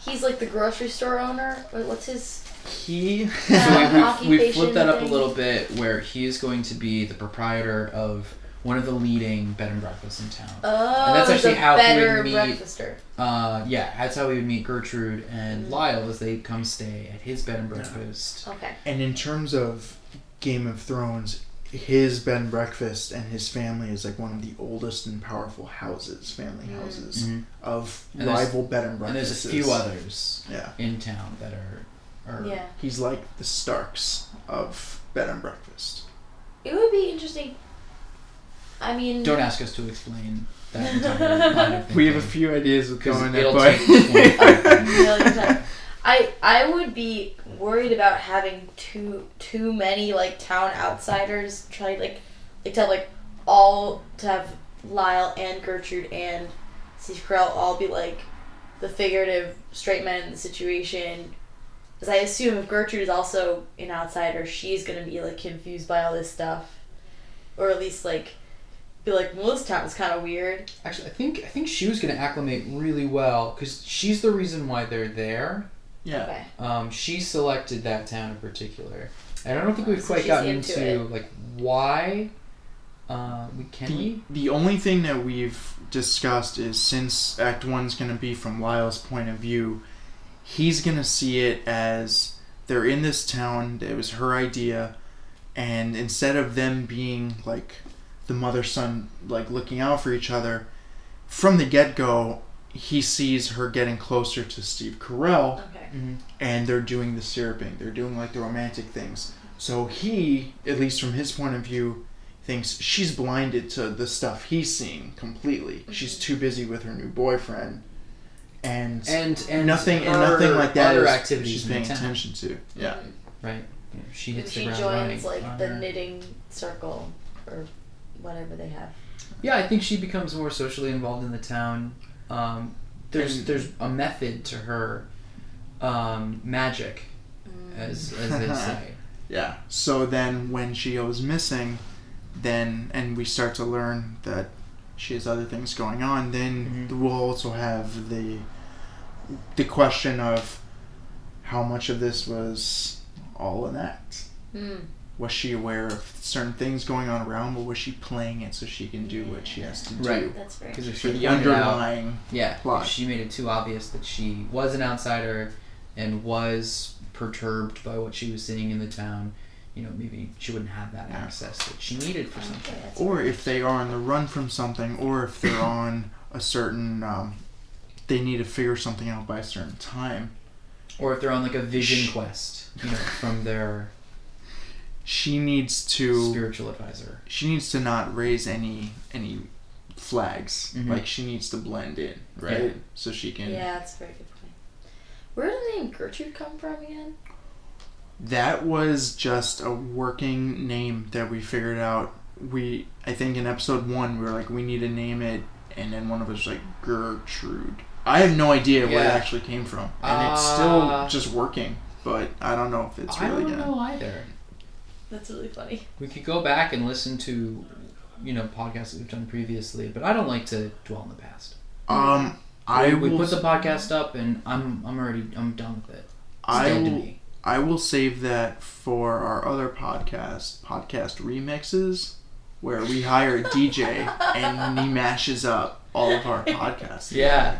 Speaker 4: He's like the grocery store owner. Wait, What's his?
Speaker 3: [laughs] He.
Speaker 2: So we, we, we
Speaker 4: Occupation
Speaker 2: flipped that up a
Speaker 4: thing.
Speaker 2: little bit where he is going to be the proprietor of one of the leading bed and breakfasts in town.
Speaker 4: Oh,
Speaker 2: that's
Speaker 4: he's
Speaker 2: actually
Speaker 4: a
Speaker 2: how he would
Speaker 4: better
Speaker 2: meet-
Speaker 4: breakfaster.
Speaker 2: Uh, yeah, that's how we would meet Gertrude and
Speaker 3: Mm.
Speaker 4: Mhm.
Speaker 2: Lyle as they come stay at his bed and breakfast.
Speaker 4: Okay.
Speaker 3: and in terms of Game of Thrones, his bed and breakfast and his family is like one of the oldest and powerful houses, family
Speaker 4: Mm.
Speaker 3: houses
Speaker 2: Mhm.
Speaker 3: of
Speaker 2: And there's-
Speaker 3: rival bed and
Speaker 2: And
Speaker 3: breakfasts.
Speaker 2: there's a few others
Speaker 3: Yeah,
Speaker 2: in town that are, are
Speaker 4: Yeah.
Speaker 3: he's like the Starks of bed and breakfast.
Speaker 4: It would be interesting. I mean,
Speaker 2: Don't ask us to explain
Speaker 3: [laughs]
Speaker 2: that entire line of
Speaker 3: We have a
Speaker 2: thinking.
Speaker 3: few ideas with
Speaker 2: 'Cause
Speaker 3: going
Speaker 2: it'll
Speaker 3: up,
Speaker 2: take [laughs]
Speaker 3: [laughs]
Speaker 2: 25
Speaker 3: but
Speaker 2: minutes.
Speaker 4: million times. I I would be worried about having too too many like town outsiders try like like to have, like all to have Lyle and Gertrude and Steve Carell all be like the figurative straight men in the situation. Because I assume if Gertrude is also an outsider, she's gonna be like confused by all this stuff, or at least like be like, well, this town's kind of weird.
Speaker 2: Actually, I think I think she was going to acclimate really well because she's the reason why they're there.
Speaker 3: yeah,
Speaker 4: Okay.
Speaker 2: Um, she selected that town in particular, and I don't think we've
Speaker 4: So
Speaker 2: quite
Speaker 4: she's
Speaker 2: gotten
Speaker 4: into
Speaker 2: into, like why. Uh, we can
Speaker 3: the,
Speaker 2: we
Speaker 3: the only thing that we've discussed is since Act One's going to be from Lyle's point of view, he's going to see it as they're in this town. It was her idea, and instead of them being like the mother son, like looking out for each other, from the get go, he sees her getting closer to Steve Carell
Speaker 4: Okay.
Speaker 2: mhm.
Speaker 3: and they're doing the syruping. They're doing like the romantic things. So he, at least from his point of view, thinks she's blinded to the stuff he's seeing completely. She's too busy with her new boyfriend, and,
Speaker 2: and and
Speaker 3: nothing and
Speaker 2: her
Speaker 3: nothing like that
Speaker 2: Other
Speaker 3: is
Speaker 2: activities
Speaker 3: she's
Speaker 2: in the
Speaker 3: paying
Speaker 2: town,
Speaker 3: attention to. Yeah,
Speaker 2: right? you know, she
Speaker 4: And
Speaker 2: hits the
Speaker 4: she
Speaker 2: ground
Speaker 4: joins
Speaker 2: running.
Speaker 4: like the
Speaker 2: Uh,
Speaker 4: knitting circle or whatever they have.
Speaker 2: Yeah, I think she becomes more socially involved in the town. Um, there's
Speaker 3: And-
Speaker 2: there's a method to her um, magic,
Speaker 4: Mm.
Speaker 2: as as
Speaker 3: [laughs]
Speaker 2: they say.
Speaker 3: Yeah. So then when she goes missing, then and we start to learn that she has other things going on, then
Speaker 2: Mhm.
Speaker 3: we'll also have the the question of how much of this was all an act.
Speaker 4: Mm.
Speaker 3: Was she aware of certain things going on around, or was she playing it so she can do what she has to do?
Speaker 2: Right.
Speaker 4: That's very.
Speaker 2: Because if
Speaker 3: For
Speaker 2: she
Speaker 3: the
Speaker 2: pointed out-
Speaker 3: underlying.
Speaker 2: yeah,
Speaker 3: plot.
Speaker 2: if she made it too obvious that she was an outsider and was perturbed by what she was seeing in the town. You know, maybe she wouldn't have that
Speaker 3: Yeah.
Speaker 2: access that she needed for something.
Speaker 4: Okay, that's
Speaker 3: or if they are on the run from something, or if
Speaker 2: [coughs]
Speaker 3: they're on a certain, um, they need to figure something out by a certain time.
Speaker 2: Or if they're on like a vision
Speaker 3: Shh.
Speaker 2: quest, you know, from their
Speaker 3: She needs to.
Speaker 2: spiritual advisor.
Speaker 3: She needs to not raise any any flags.
Speaker 2: Mhm.
Speaker 3: Like she needs to blend in, right?
Speaker 2: Yeah.
Speaker 3: So she can.
Speaker 4: Yeah, that's a very good point. Where did the name Gertrude come from again?
Speaker 3: That was just a working name that we figured out. We I think in episode one we were like we need to name it, and then one of us was like Gertrude. I have no idea where it
Speaker 2: Yeah.
Speaker 3: actually came from, and it's still
Speaker 2: Uh,
Speaker 3: just working. But I don't know if it's
Speaker 2: I
Speaker 3: really
Speaker 2: don't
Speaker 3: gonna.
Speaker 2: know either.
Speaker 4: That's really funny.
Speaker 2: We could go back and listen to, you know, podcasts that we've done previously, but I don't like to dwell on the past.
Speaker 3: Um, I
Speaker 2: we
Speaker 3: will.
Speaker 2: put the podcast up, and I'm I'm already I'm done with it. It's
Speaker 3: I
Speaker 2: dead to
Speaker 3: will.
Speaker 2: me.
Speaker 3: I will save that for our other podcast, podcast remixes, where we hire a DJ and he mashes up all of our podcasts.
Speaker 2: Yeah,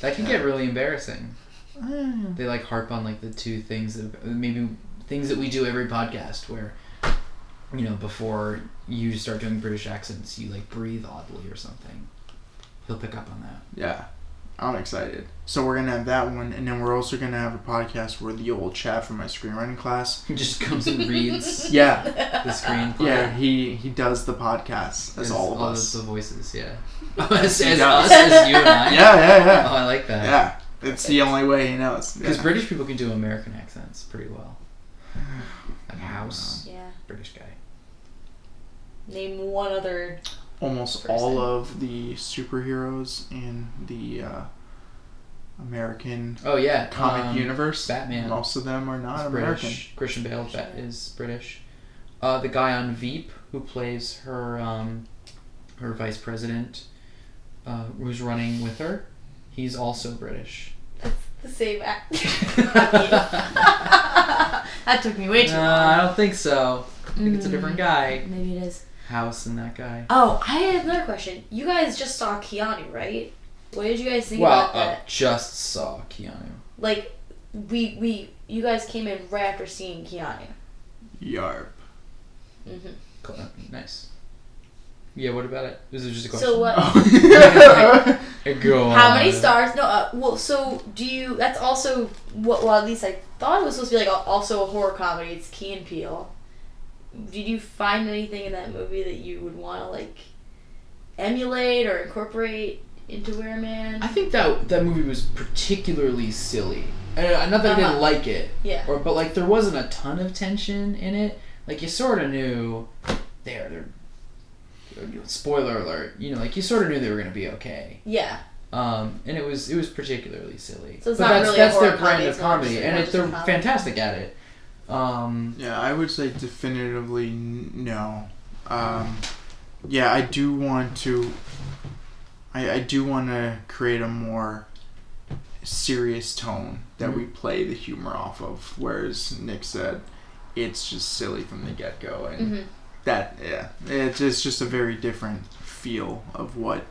Speaker 2: that can get really embarrassing.
Speaker 3: Ah.
Speaker 2: They like harp on like the two things that maybe things that we do every podcast where. You know, before you start doing British accents, you like breathe oddly or something. He'll pick up on that. [laughs]
Speaker 3: Yeah. I'm excited. So we're gonna have that one, and then we're also gonna have a podcast where the old chap from my screenwriting class.
Speaker 2: He just comes and reads [laughs]
Speaker 3: Yeah,
Speaker 2: the
Speaker 4: [laughs]
Speaker 2: screenplay.
Speaker 3: yeah, he he does the podcast as
Speaker 2: As
Speaker 3: all of us.
Speaker 2: the voices,
Speaker 3: [laughs]
Speaker 2: yeah. [laughs] as as
Speaker 3: Yeah.
Speaker 2: us, as you and I.
Speaker 3: [laughs] Yeah, yeah,
Speaker 2: Oh,
Speaker 3: yeah,
Speaker 2: I like that.
Speaker 3: yeah. It's the only way he knows.
Speaker 2: Because
Speaker 3: Yeah.
Speaker 2: British people can do American accents pretty
Speaker 3: [sighs]
Speaker 2: well. Like House,
Speaker 4: Yeah.
Speaker 2: British guy.
Speaker 4: Name one other.
Speaker 3: almost
Speaker 4: First
Speaker 3: all
Speaker 4: thing.
Speaker 3: of the superheroes in the uh, American
Speaker 2: Oh yeah,
Speaker 3: comic
Speaker 2: um,
Speaker 3: universe. Oh,
Speaker 2: Batman.
Speaker 3: Most of them are not
Speaker 2: is
Speaker 3: American.
Speaker 2: British. Christian Bale that
Speaker 4: Sure.
Speaker 2: is British. Uh, the guy on Veep who plays her um, her vice president, uh, who's running with her, he's also British.
Speaker 4: That's the same
Speaker 2: [laughs]
Speaker 4: act. [laughs] that took me way too
Speaker 2: no, I
Speaker 4: long.
Speaker 2: don't think so. I think it's a different guy.
Speaker 4: Hmm, Maybe it is.
Speaker 2: House and that guy.
Speaker 4: Oh, I have another question. You guys just saw Keanu, right? What did you guys think
Speaker 2: Well, uh,
Speaker 4: about
Speaker 2: I
Speaker 4: that?
Speaker 2: just saw Keanu.
Speaker 4: Like, we we you guys came in right after seeing Keanu.
Speaker 3: Yarp.
Speaker 4: Mm-hmm.
Speaker 2: Cool. uh, Nice. Yeah, what about it? This is just a question.
Speaker 4: So what?
Speaker 3: [laughs]
Speaker 2: [laughs] Go
Speaker 4: How many
Speaker 2: on.
Speaker 4: stars? No, uh, well, so do you? That's also what. Well, at least I thought it was supposed to be like a, also a horror comedy. It's Key and Peele. Did you find anything in that movie that you would want to like emulate or incorporate into Where Man?
Speaker 2: I think that that movie was particularly silly. Uh, not that I
Speaker 4: Uh-huh.
Speaker 2: didn't like it,
Speaker 4: yeah.
Speaker 2: or but like there wasn't a ton of tension in it. Like you sort of knew there. They're, spoiler alert. You know, like you sort of knew they were gonna be okay.
Speaker 4: Yeah.
Speaker 2: Um, and it was it was particularly silly.
Speaker 4: So it's
Speaker 2: but
Speaker 4: not
Speaker 2: that's
Speaker 4: really a
Speaker 2: that's their brand
Speaker 4: horror comedy,
Speaker 2: of
Speaker 4: it's more
Speaker 2: comedy,
Speaker 4: just-
Speaker 2: and
Speaker 4: more
Speaker 2: it,
Speaker 4: just a
Speaker 2: they're
Speaker 4: comedy.
Speaker 2: fantastic at it. Um,
Speaker 3: Yeah, I would say definitively n- no. Um, yeah, I do want to. I, I do want to create a more serious tone that
Speaker 2: Mm-hmm.
Speaker 3: we play the humor off of. Whereas Nick said, it's just silly from the get go, and
Speaker 4: hmm
Speaker 3: that yeah, it's, it's just a very different feel of what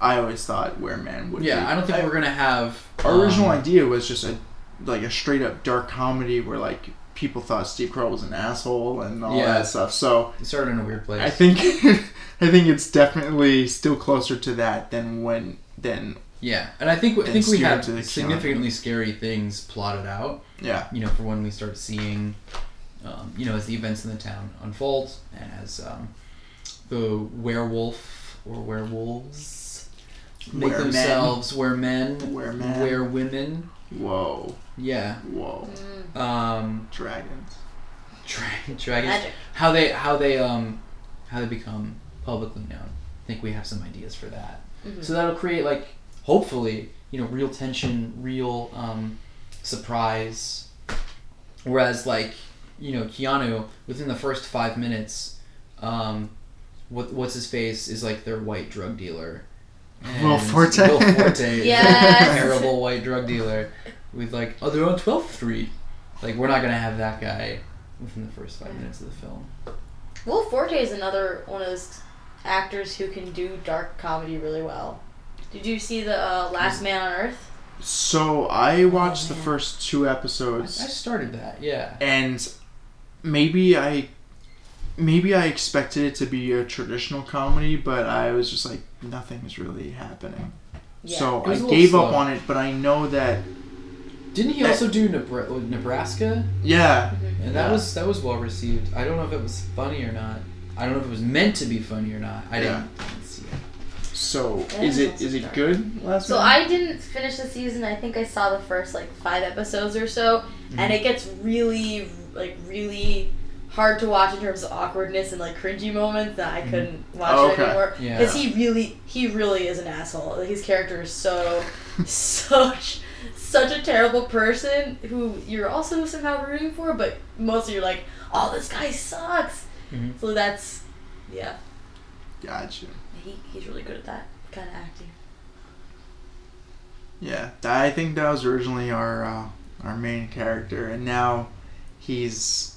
Speaker 3: I always thought Where Man would.
Speaker 2: yeah,
Speaker 3: be.
Speaker 2: I don't think we're gonna have
Speaker 3: Our original
Speaker 2: um,
Speaker 3: idea was just a like a straight up dark comedy where like people thought Steve Carell was an asshole and all
Speaker 2: Yeah.
Speaker 3: that stuff. So
Speaker 2: It started in a weird place.
Speaker 3: I think [laughs] I think it's definitely still closer to that than when than
Speaker 2: yeah, and I think I
Speaker 3: And
Speaker 2: think we
Speaker 3: steer
Speaker 2: have
Speaker 3: to the
Speaker 2: significantly scary things plotted out.
Speaker 3: yeah
Speaker 2: You know, for when we start seeing, um, you know, as the events in the town unfold and as um, the werewolf or werewolves make
Speaker 3: Were men.
Speaker 2: themselves were men,
Speaker 3: Were men.
Speaker 2: were women.
Speaker 3: whoa
Speaker 2: Yeah.
Speaker 3: whoa
Speaker 4: Mm.
Speaker 2: Um, [laughs]
Speaker 3: dragons
Speaker 2: Dra- dragons.
Speaker 4: Magic.
Speaker 2: How they how they um how they become publicly known. I think we have some ideas for that.
Speaker 4: Mhm.
Speaker 2: So that'll create like hopefully you know real tension, real um, surprise. Whereas like you know Keanu within the first five minutes, um, what what's his face is like their white drug dealer. And
Speaker 3: [laughs] Will Forte.
Speaker 2: Will Forte. is
Speaker 4: Yes.
Speaker 2: a Terrible white drug dealer. With like, oh, they're on 12th Street. Like, we're not gonna have that guy within the first five minutes of the film.
Speaker 4: Will Forte is another one of those actors who can do dark comedy really well. Did you see the uh, Last Man on Earth?
Speaker 3: So I watched the
Speaker 2: man.
Speaker 3: first two
Speaker 2: Oh, I, I
Speaker 3: episodes.
Speaker 2: started that, yeah.
Speaker 3: and maybe I maybe I expected it to be a traditional comedy, but I was just like nothing's really happening. So
Speaker 2: It
Speaker 3: I
Speaker 2: was a little
Speaker 3: gave up
Speaker 2: slow.
Speaker 3: on it, but I know that
Speaker 2: Didn't he
Speaker 3: That-
Speaker 2: also do Nebra- Nebraska?
Speaker 3: yeah,
Speaker 2: And that
Speaker 3: Yeah.
Speaker 2: was that was well received. I don't know if it was funny or not. I don't know if it was meant to be funny or not. I
Speaker 3: Yeah.
Speaker 2: didn't, didn't see it.
Speaker 3: So
Speaker 4: Yeah,
Speaker 3: is
Speaker 4: that
Speaker 3: it
Speaker 4: sounds
Speaker 3: is it
Speaker 4: dark.
Speaker 3: good? Last
Speaker 4: So
Speaker 3: one?
Speaker 4: I didn't finish the season. I think I saw the first like five episodes or so,
Speaker 3: Mm-hmm.
Speaker 4: and it gets really, like really hard to watch in terms of awkwardness and like cringy moments that I couldn't watch
Speaker 3: Oh,
Speaker 4: it
Speaker 3: okay.
Speaker 4: anymore.
Speaker 2: Yeah.
Speaker 4: Because he really, he really is an asshole. Like, His character is
Speaker 3: [laughs]
Speaker 4: so, such, such a terrible person who you're also somehow rooting for, but mostly you're like, oh, this guy sucks.
Speaker 2: Mhm.
Speaker 4: So that's, yeah,
Speaker 3: gotcha.
Speaker 4: he, he's really good at that kind of acting.
Speaker 3: Yeah, th- I think that was originally our uh, our main character, and now he's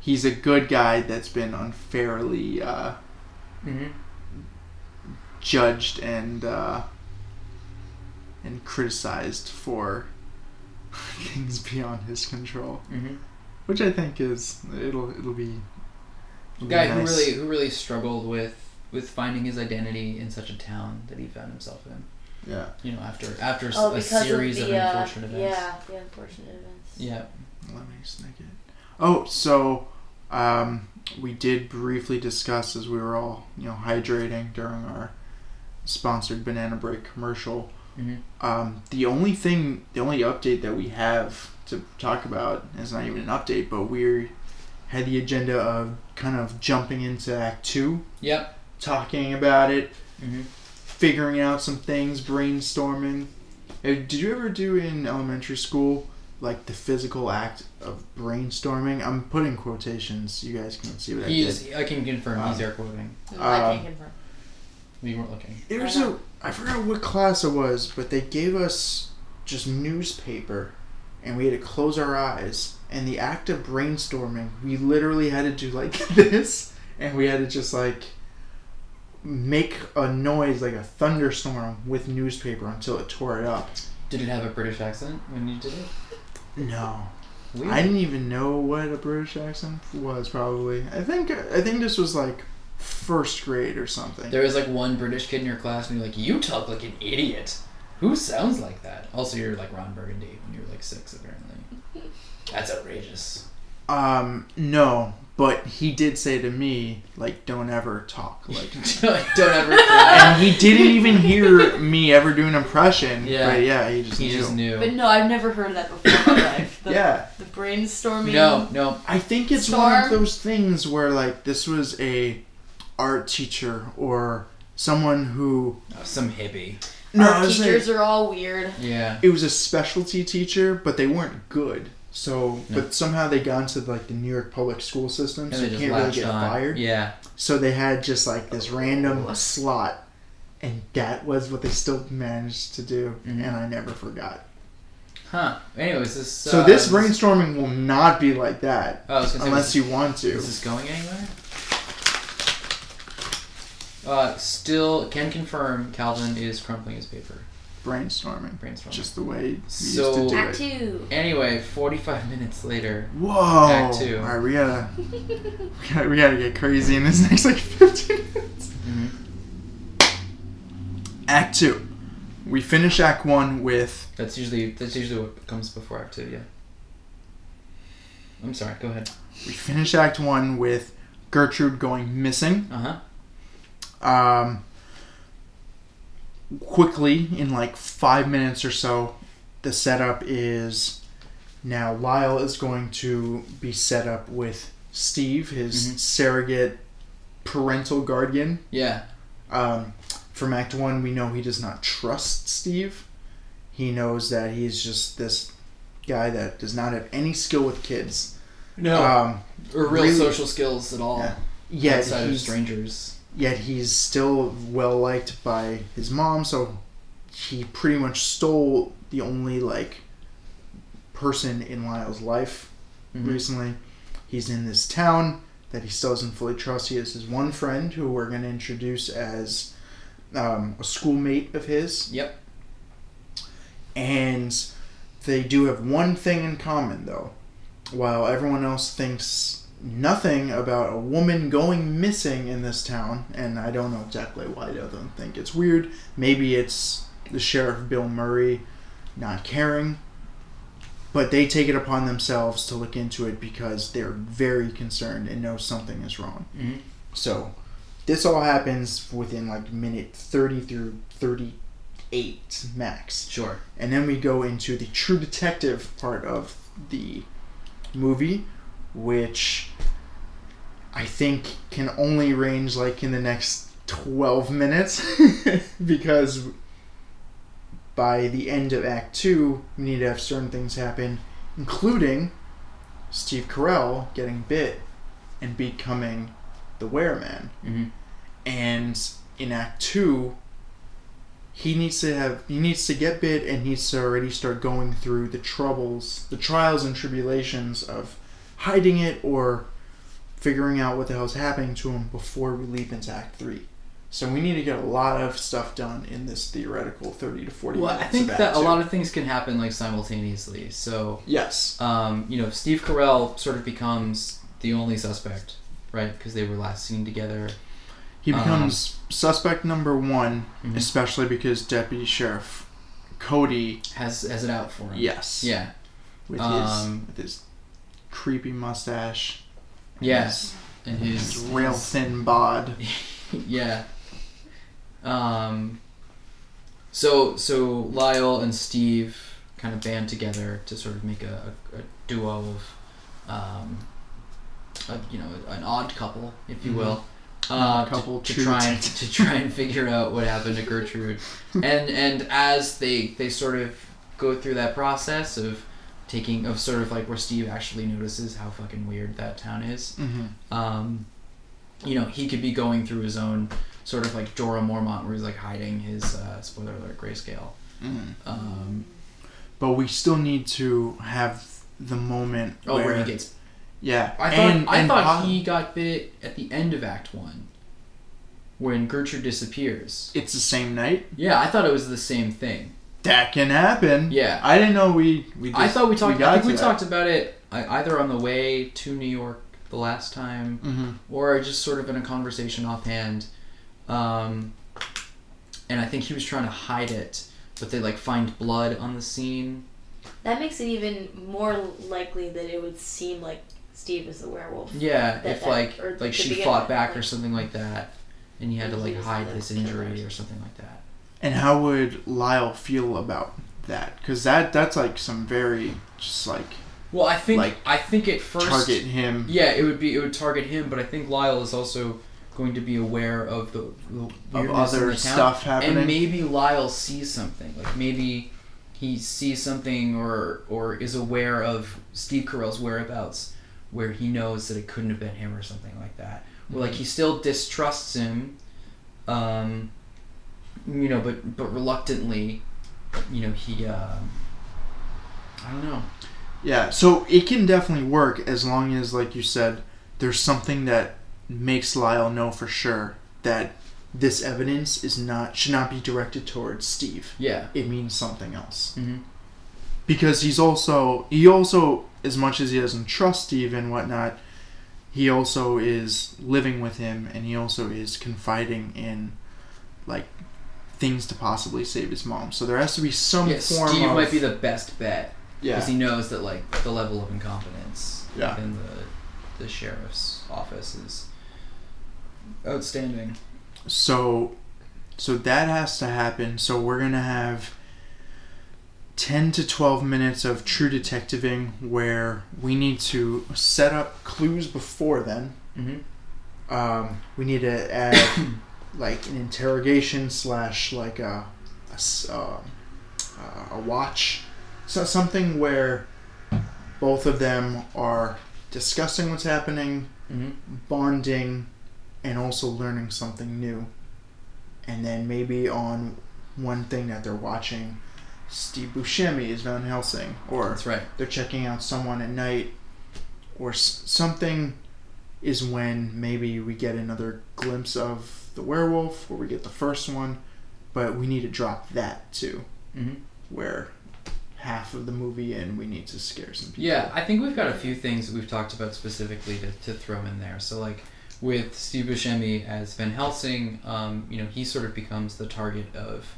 Speaker 3: he's a good guy that's been unfairly uh,
Speaker 2: Mm-hmm.
Speaker 3: judged and uh, and criticized for [laughs] things beyond his control,
Speaker 2: Mm-hmm.
Speaker 3: which I think is it'll it'll be. it'll be
Speaker 2: guy who
Speaker 3: nice.
Speaker 2: really who really struggled with with finding his identity in such a town that he found himself in.
Speaker 3: yeah
Speaker 2: You know, after after s-
Speaker 4: Oh,
Speaker 2: a
Speaker 4: because
Speaker 2: series of,
Speaker 4: the, uh,
Speaker 2: unfortunate events.
Speaker 4: Yeah, the unfortunate events.
Speaker 2: Yeah.
Speaker 3: Let me sneak it. Oh, so um, we did briefly discuss as we were all you know hydrating during our sponsored banana break commercial.
Speaker 2: Mhm.
Speaker 3: Um, the only thing, the only update that we have to talk about is not even an update, but we had the agenda of kind of jumping into Act Two,
Speaker 2: Yep.
Speaker 3: talking about it,
Speaker 2: Mm-hmm.
Speaker 3: figuring out some things, brainstorming. Uh, Did you ever do in elementary school like the physical act of brainstorming? I'm putting quotations. You guys can't see what I
Speaker 2: He
Speaker 3: did.
Speaker 2: is. I can confirm. he's
Speaker 3: Um,
Speaker 2: air quoting.
Speaker 4: No, I
Speaker 3: Um,
Speaker 4: can't confirm.
Speaker 2: We weren't looking.
Speaker 3: There was a I forgot what class it was, but they gave us just newspaper, and we had to close our eyes. And the act of brainstorming, we literally had to do like [laughs] this, and we had to just like make a noise like a thunderstorm with newspaper until it tore it up.
Speaker 2: Did it have a British accent when you did it?
Speaker 3: No,
Speaker 2: Weird.
Speaker 3: I didn't even know what a British accent was. Probably, I think I think this was like first grade or something.
Speaker 2: There was like one British kid in your class, and you're like, "You talk like an idiot. Who sounds like that?" Also, you're like Ron Burgundy when you were like six, apparently. That's outrageous.
Speaker 3: Um, no, but he did say to me, like, don't ever talk
Speaker 2: [laughs]
Speaker 3: like.
Speaker 2: don't, don't ever. Cry.
Speaker 3: and he didn't even hear me ever do an impression.
Speaker 2: Yeah.
Speaker 3: But yeah, he just
Speaker 2: he
Speaker 3: knew.
Speaker 2: just
Speaker 4: But
Speaker 2: knew.
Speaker 4: no, I've never heard that before in my life. The,
Speaker 3: [laughs] Yeah.
Speaker 4: The brainstorming.
Speaker 2: No, no.
Speaker 3: I think it's one of
Speaker 4: Storm.
Speaker 3: those things where like this was a art teacher or someone who
Speaker 2: Some hippie.
Speaker 4: Our
Speaker 3: it was, like-
Speaker 4: teachers are all weird.
Speaker 2: Yeah.
Speaker 3: it was a specialty teacher, but they weren't good. So,
Speaker 2: No.
Speaker 3: but somehow they got into like the New York public school system,
Speaker 2: And
Speaker 3: so
Speaker 2: they
Speaker 3: you
Speaker 2: just
Speaker 3: can't really
Speaker 2: latched
Speaker 3: get
Speaker 2: on.
Speaker 3: fired.
Speaker 2: Yeah.
Speaker 3: So they had just like this random
Speaker 4: Oh.
Speaker 3: slot, and that was what they still managed to do,
Speaker 2: Mhm.
Speaker 3: and I never forgot.
Speaker 2: Huh. Anyways, this.
Speaker 3: So
Speaker 2: uh,
Speaker 3: this brainstorming will not be like that
Speaker 2: Oh, I was gonna say,
Speaker 3: unless
Speaker 2: was-
Speaker 3: you want to.
Speaker 2: Is this going anywhere? Uh, still can confirm Calvin is crumpling his paper.
Speaker 3: Brainstorming,
Speaker 2: Brainstorming.
Speaker 3: just the way we
Speaker 2: So-
Speaker 3: used to do
Speaker 4: Act
Speaker 3: it.
Speaker 4: two. [laughs]
Speaker 2: Anyway, 45 [laughs] minutes later.
Speaker 3: Whoa!
Speaker 2: Act two.
Speaker 3: All right, we gotta, we gotta, we gotta get crazy in this [laughs] next like fifteen minutes.
Speaker 2: Mhm.
Speaker 3: Act two. We finish Act one with
Speaker 2: That's usually that's usually what comes before Act Two. Yeah. I'm sorry. Go ahead.
Speaker 3: we finish Act one with Gertrude going missing.
Speaker 2: Uh huh.
Speaker 3: um, quickly in like five minutes or so the setup is now lyle is going to be set up with Steve, his
Speaker 2: Mhm.
Speaker 3: surrogate parental guardian.
Speaker 2: Yeah.
Speaker 3: Um, from Act One, we know he does not trust Steve. He knows that he's just this guy that does not have any skill with kids.
Speaker 2: No.
Speaker 3: Um,
Speaker 2: Uh, or real
Speaker 3: really-
Speaker 2: social skills at all.
Speaker 3: Yeah. yet
Speaker 2: outside of
Speaker 3: he's
Speaker 2: strangers.
Speaker 3: yet he's still well liked by his mom so he pretty much stole the only like person in lyle's life
Speaker 2: Mhm.
Speaker 3: recently he's in this town that he still doesn't fully trust he has his one friend who we're going to introduce as um, a schoolmate of his
Speaker 2: Yep.
Speaker 3: and they do have one thing in common though while everyone else thinks nothing about a woman going missing in this town and i don't know exactly why they don't think it's weird maybe it's the sheriff bill murray not caring but they take it upon themselves to look into it because they're very concerned and know something is wrong
Speaker 2: Mhm.
Speaker 3: so this all happens within like minute 30 through 38 max
Speaker 2: Sure.
Speaker 3: and then we go into the true detective part of the movie, which I think can only range like in the next 12 minutes [laughs] because by the end of Act 2, we need to have certain things happen, including Steve Carell getting bit and becoming the wereman
Speaker 2: Mm-hmm.
Speaker 3: and in act two he needs to have he needs to get bit and needs to already start going through the troubles the trials and tribulations of hiding it or figuring out what the hell's happening to him before we leap into act three so we need to get a lot of stuff done in this theoretical 30 to 40
Speaker 2: Well,
Speaker 3: minutes
Speaker 2: I think
Speaker 3: of act
Speaker 2: that a
Speaker 3: two.
Speaker 2: lot of things can happen like simultaneously. So,
Speaker 3: yes
Speaker 2: um, you know, Steve Carell sort of becomes the only suspect, right? Because they were last seen together.
Speaker 3: he becomes suspect number one
Speaker 2: Mhm.
Speaker 3: especially because deputy sheriff cody
Speaker 2: Has has it out for him.
Speaker 3: yes
Speaker 2: Yeah.
Speaker 3: with
Speaker 2: Um,
Speaker 3: his with his creepy mustache. and
Speaker 2: Yes. And
Speaker 3: his,
Speaker 2: his
Speaker 3: his real thin bod.
Speaker 2: [laughs] yeah. Um. So so Lyle and Steve kind of band together to sort of make a, a, a duo of, um, a, you know, an odd couple, if you will. Uh,
Speaker 3: Mm-hmm. Odd couple
Speaker 2: to, to
Speaker 3: treat.
Speaker 2: try
Speaker 3: [laughs]
Speaker 2: and to try and figure out what happened to Gertrude, and and as they they sort of go through that process of taking of sort of like where Steve actually notices how fucking weird that town is,
Speaker 3: Mm-hmm.
Speaker 2: um, you know, he could be going through his own sort of like Jorah Mormont, where he's like hiding his uh, spoiler alert grayscale. Um,
Speaker 3: But we still need to have the moment
Speaker 2: oh,
Speaker 3: where,
Speaker 2: where he gets.
Speaker 3: yeah.
Speaker 2: I thought
Speaker 3: and,
Speaker 2: I
Speaker 3: and
Speaker 2: thought
Speaker 3: pos-
Speaker 2: he got bit at the end of Act One, when Gertrude disappears.
Speaker 3: it's the same night.
Speaker 2: Yeah, I thought it was the same thing.
Speaker 3: That can happen. [laughs]
Speaker 2: Yeah.
Speaker 3: I didn't know we we.
Speaker 2: I thought we talked.
Speaker 3: got
Speaker 2: I think
Speaker 3: to
Speaker 2: we
Speaker 3: that.
Speaker 2: talked about it uh, either on the way to New York the last time,
Speaker 3: Mhm.
Speaker 2: or just sort of in a conversation offhand. Um, and I think he was trying to hide it, but they like find blood on the scene.
Speaker 4: That makes it even more likely that it would seem like Steve is the werewolf.
Speaker 2: Yeah,
Speaker 4: that-
Speaker 2: if
Speaker 4: that-
Speaker 2: like
Speaker 4: or
Speaker 2: like
Speaker 4: to
Speaker 2: she
Speaker 4: begin
Speaker 2: fought
Speaker 4: with,
Speaker 2: back
Speaker 4: like-
Speaker 2: or something like that, and he had to
Speaker 4: Maybe he
Speaker 2: like
Speaker 4: was
Speaker 2: hide
Speaker 4: the
Speaker 2: this
Speaker 4: killer.
Speaker 2: injury or something like that.
Speaker 3: And how would Lyle feel about that? Because that that's like some very just like
Speaker 2: Well, I think
Speaker 3: Like,
Speaker 2: I think at first,
Speaker 3: target him.
Speaker 2: yeah, it would be it would target him, but I think Lyle is also going to be aware of the, the
Speaker 3: Of
Speaker 2: weirdness in
Speaker 3: other
Speaker 2: the town.
Speaker 3: stuff happening.
Speaker 2: and maybe Lyle sees something. Like maybe he sees something or or is aware of Steve Carell's whereabouts, where he knows that it couldn't have been him or something like that. Or
Speaker 3: Mm-hmm.
Speaker 2: like he still distrusts him, um, you know, but but reluctantly, you know, he. Um, I don't know.
Speaker 3: Yeah, so it can definitely work as long as, like you said, there's something that makes Lyle know for sure that this evidence is not should not be directed towards Steve.
Speaker 2: Yeah.
Speaker 3: It means something else
Speaker 2: Mm-hmm.
Speaker 3: because he's also he also as much as he doesn't trust Steve and whatnot, he also is living with him and he also is confiding in like things to possibly save his mom. So there has to be some
Speaker 2: Yeah,
Speaker 3: form
Speaker 2: Steve
Speaker 3: of
Speaker 2: might be the best bet
Speaker 3: yeah.
Speaker 2: because he knows that like the level of incompetence
Speaker 3: Yeah.
Speaker 2: within the the sheriff's office is outstanding.
Speaker 3: So, so that has to happen. So we're gonna have 10 to 12 minutes of true detectiving where we need to set up clues before then.
Speaker 2: Mhm.
Speaker 3: Um, we need to add [coughs] like an interrogation slash like a, a, s- um, uh, a watch. So something where both of them are discussing what's happening,
Speaker 2: Mm-hmm.
Speaker 3: bonding and also learning something new. And then maybe on one thing that they're watching, Steve Buscemi is Van Helsing, or
Speaker 2: That's right.
Speaker 3: they're checking out someone at night, or s- something is when maybe we get another glimpse of the werewolf, or we get the first one, but we need to drop that too,
Speaker 2: Mm-hmm.
Speaker 3: where half of the movie in, we need to scare some people.
Speaker 2: Yeah, I think we've got a few things that we've talked about specifically to, to throw in there. So like with Steve Buscemi as Van Helsing, um, you know, he sort of becomes the target of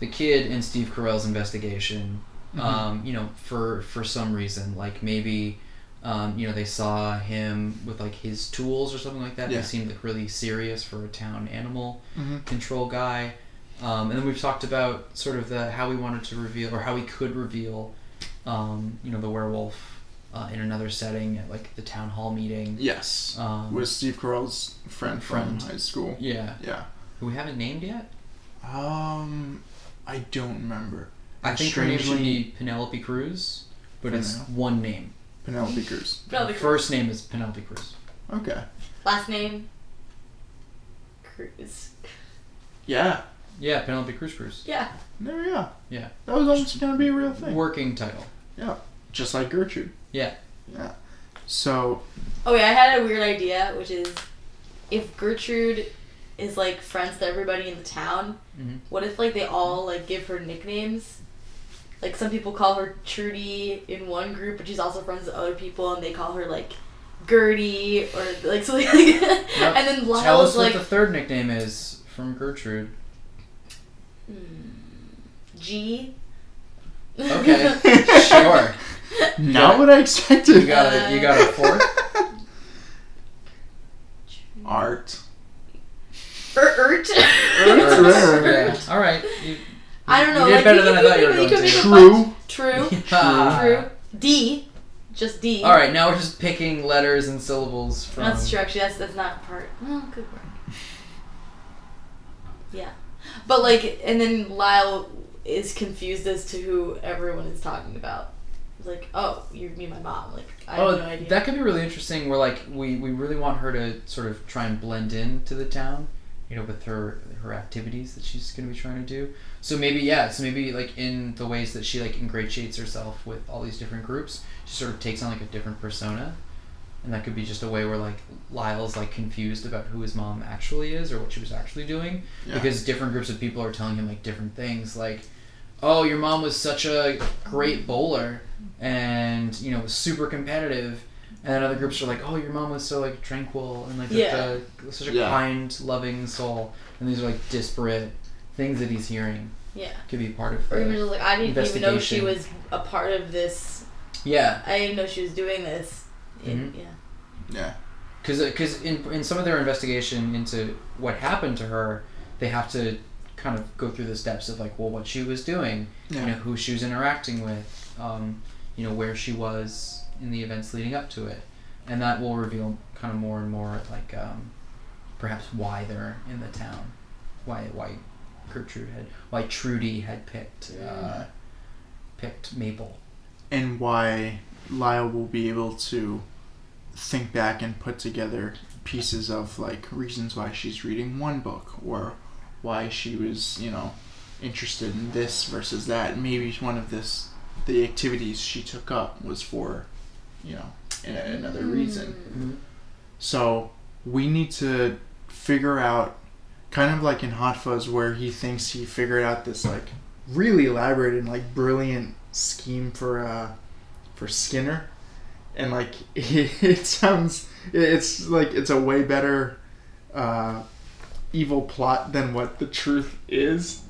Speaker 2: the kid and Steve Carell's investigation. Um, you know, for for some reason, like maybe. Um, you know, they saw him with like his tools or something like that.
Speaker 3: Yeah.
Speaker 2: He seemed like really serious for a town animal
Speaker 3: hmm
Speaker 2: control guy. Um, and then we've talked about sort of the how we wanted to reveal or how we could reveal, um, you know, the werewolf uh, in another setting at like the town hall meeting.
Speaker 3: Yes.
Speaker 2: Um,
Speaker 3: With Steve Carell's friend from
Speaker 2: Friend.
Speaker 3: high school.
Speaker 2: yeah,
Speaker 3: Yeah.
Speaker 2: who we haven't named yet.
Speaker 3: Um, I don't remember.
Speaker 2: I think her name should be Penelope Cruz, but
Speaker 3: For
Speaker 2: it's
Speaker 3: now.
Speaker 2: one name.
Speaker 3: Penelope Cruz.
Speaker 2: Her first name is Penelope Cruz.
Speaker 3: Okay.
Speaker 4: Last name? Cruz. [laughs]
Speaker 3: Yeah.
Speaker 2: Yeah, Penelope Cruz Cruz.
Speaker 4: Yeah.
Speaker 3: There we go.
Speaker 2: Yeah.
Speaker 3: That was almost gonna be a real thing.
Speaker 2: Working title.
Speaker 3: Just like Gertrude.
Speaker 2: Yeah.
Speaker 3: Yeah. So
Speaker 4: Oh yeah, I had a weird idea, which is if Gertrude is like friends to everybody in the town,
Speaker 2: Mhm.
Speaker 4: what if like they all like give her nicknames? Like some people call her Trudy in one group, but she's also friends with other people, and they call her like Gertie or like [laughs] something. Like And then
Speaker 2: Tell us
Speaker 4: Lyle's
Speaker 2: what
Speaker 4: like
Speaker 2: the third nickname is from Gertrude.
Speaker 4: "Hmm, G.
Speaker 2: Okay, sure.
Speaker 3: not what I
Speaker 2: You
Speaker 3: expected.
Speaker 2: got a you
Speaker 4: Uh,
Speaker 2: got a
Speaker 3: [laughs]
Speaker 2: fourth.
Speaker 3: Art.
Speaker 4: [laughs] Or Ert.
Speaker 3: Ert, right.
Speaker 2: Yeah. All right. You,
Speaker 4: [laughs] I don't know.
Speaker 2: You did
Speaker 4: like,
Speaker 2: better
Speaker 4: we
Speaker 2: than
Speaker 4: could-
Speaker 2: I thought you
Speaker 4: we
Speaker 2: were
Speaker 4: could
Speaker 2: going
Speaker 4: make
Speaker 2: to.
Speaker 4: a
Speaker 3: True.
Speaker 4: bunch- True.
Speaker 2: Yeah.
Speaker 4: True. D. Just
Speaker 2: [laughs]
Speaker 4: D.
Speaker 2: Uh, All right, now we're just picking letters and syllables from.
Speaker 4: That's true. Actually, that's that's not part. Well, good work. Yeah, but like, and then Lyle is confused as to who everyone is talking about. He's like, oh, you mean my mom? Like, I
Speaker 2: oh,
Speaker 4: have no idea.
Speaker 2: that could be really interesting. Where like we we really want her to sort of try and blend in to the town, you know, with her her activities that she's going to be trying to do. So maybe yeah, so maybe like in the ways that she like ingratiates herself with all these different groups, she sort of takes on like a different persona. And that could be just a way where like Lyle's like confused about who his mom actually is or what she was actually doing.
Speaker 3: Yeah.
Speaker 2: because different groups of people are telling him like different things like oh your mom was such a great bowler and you know was super competitive and then other groups are like oh your mom was so like tranquil and like with
Speaker 4: Yeah.
Speaker 2: the- such a
Speaker 3: Yeah.
Speaker 2: kind loving soul and these are like disparate things that he's hearing
Speaker 4: yeah.
Speaker 2: could be part of
Speaker 4: Or even
Speaker 2: the,
Speaker 4: just like, I didn't even know she
Speaker 2: investigation.
Speaker 4: was a part of this.
Speaker 2: yeah
Speaker 4: I didn't know she was doing this. It-
Speaker 2: Mhm.
Speaker 4: Yeah.
Speaker 3: Yeah.
Speaker 2: because because in, in some of their investigation into what happened to her they have to kind of go through the steps of like well what she was doing you know
Speaker 3: Yeah.
Speaker 2: who she was interacting with, um, you know where she was in the events leading up to it, and that will reveal kind of more and more like um, perhaps why they're in the town, why why Gertrude had why Trudy had picked uh, picked Maple.
Speaker 3: And why Lyle will be able to think back and put together pieces of like reasons why she's reading one book or why she was, you know, interested in this versus that. Maybe one of this the activities she took up was for, you know, a- another
Speaker 4: Mm.
Speaker 3: reason. So we need to figure out, kind of like in Hot Fuzz, where he thinks he figured out this like really elaborate and like brilliant scheme for uh for Skinner, and like [laughs] it, sounds it's like it's a way better uh, evil plot than what the truth is,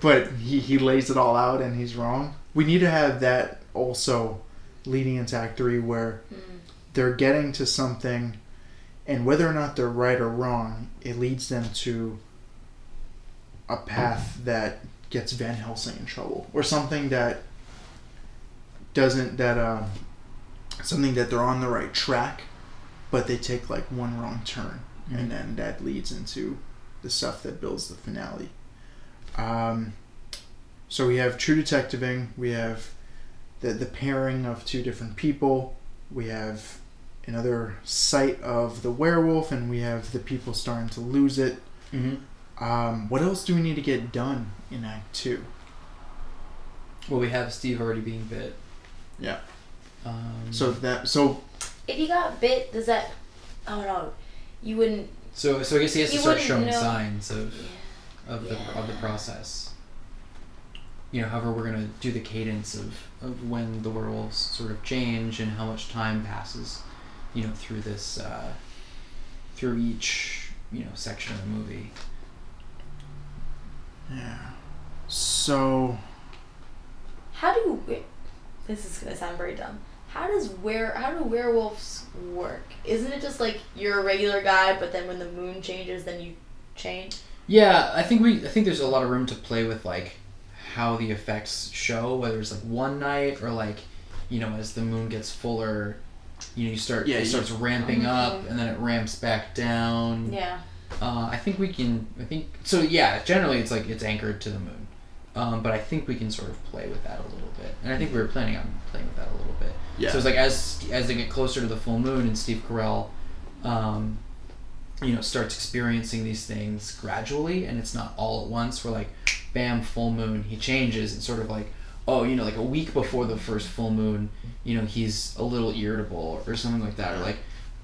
Speaker 3: but he he lays it all out and he's wrong. We need to have that also leading into Act Three where
Speaker 4: Mm.
Speaker 3: they're getting to something and whether or not they're right or wrong it leads them to a path that gets van helsing in trouble or something that doesn't that um, something that they're on the right track, but they take like one wrong turn,
Speaker 2: Mhm.
Speaker 3: Mm-hmm. and uh, then that leads into the stuff that builds the finale. Um, so we have True Detectiving. We have the the pairing of two different people. We have another sight of the werewolf, and we have the people starting to lose it.
Speaker 2: Mm-hmm.
Speaker 3: Um, what else do we need to get done in Act Two?
Speaker 2: Well, we have Steve already being bit.
Speaker 3: Yeah.
Speaker 2: Um,
Speaker 3: So that so
Speaker 4: If you got bit, does that? Oh no, you wouldn't.
Speaker 2: so so I guess he has to
Speaker 4: You
Speaker 2: start
Speaker 4: wouldn't
Speaker 2: showing
Speaker 4: know-
Speaker 2: signs of
Speaker 4: Yeah.
Speaker 2: of the of the process. You know, however, we're gonna do the cadence of, of when the werewolves sort of change and how much time passes, you know, through this uh, through each you know section of the movie.
Speaker 3: yeah. So
Speaker 4: How do we- this is gonna sound very dumb. How does where how do werewolves work? Isn't it just like you're a regular guy, but then when the moon changes, then you change?
Speaker 2: Yeah, I think we I think there's a lot of room to play with like how the effects show, whether it's like one night or like you know as the moon gets fuller, you know you start
Speaker 3: Yeah,
Speaker 2: it
Speaker 3: you-
Speaker 2: starts ramping
Speaker 4: Mm-hmm.
Speaker 2: up and then it ramps back down.
Speaker 4: [laughs] Yeah.
Speaker 2: Uh, I think we can. I think so. Yeah, generally it's like it's anchored to the moon, um, but I think we can sort of play with that a little bit, and I think we were planning on playing with that a little bit.
Speaker 3: yeah.
Speaker 2: So it's like as as they get closer to the full moon, and Steve Carell, um, you know, starts experiencing these things gradually, and it's not all at once. We're like, bam, full moon. He changes, and sort of like, oh, you know, like a week before the first full moon, you know, he's a little irritable or something like that, or like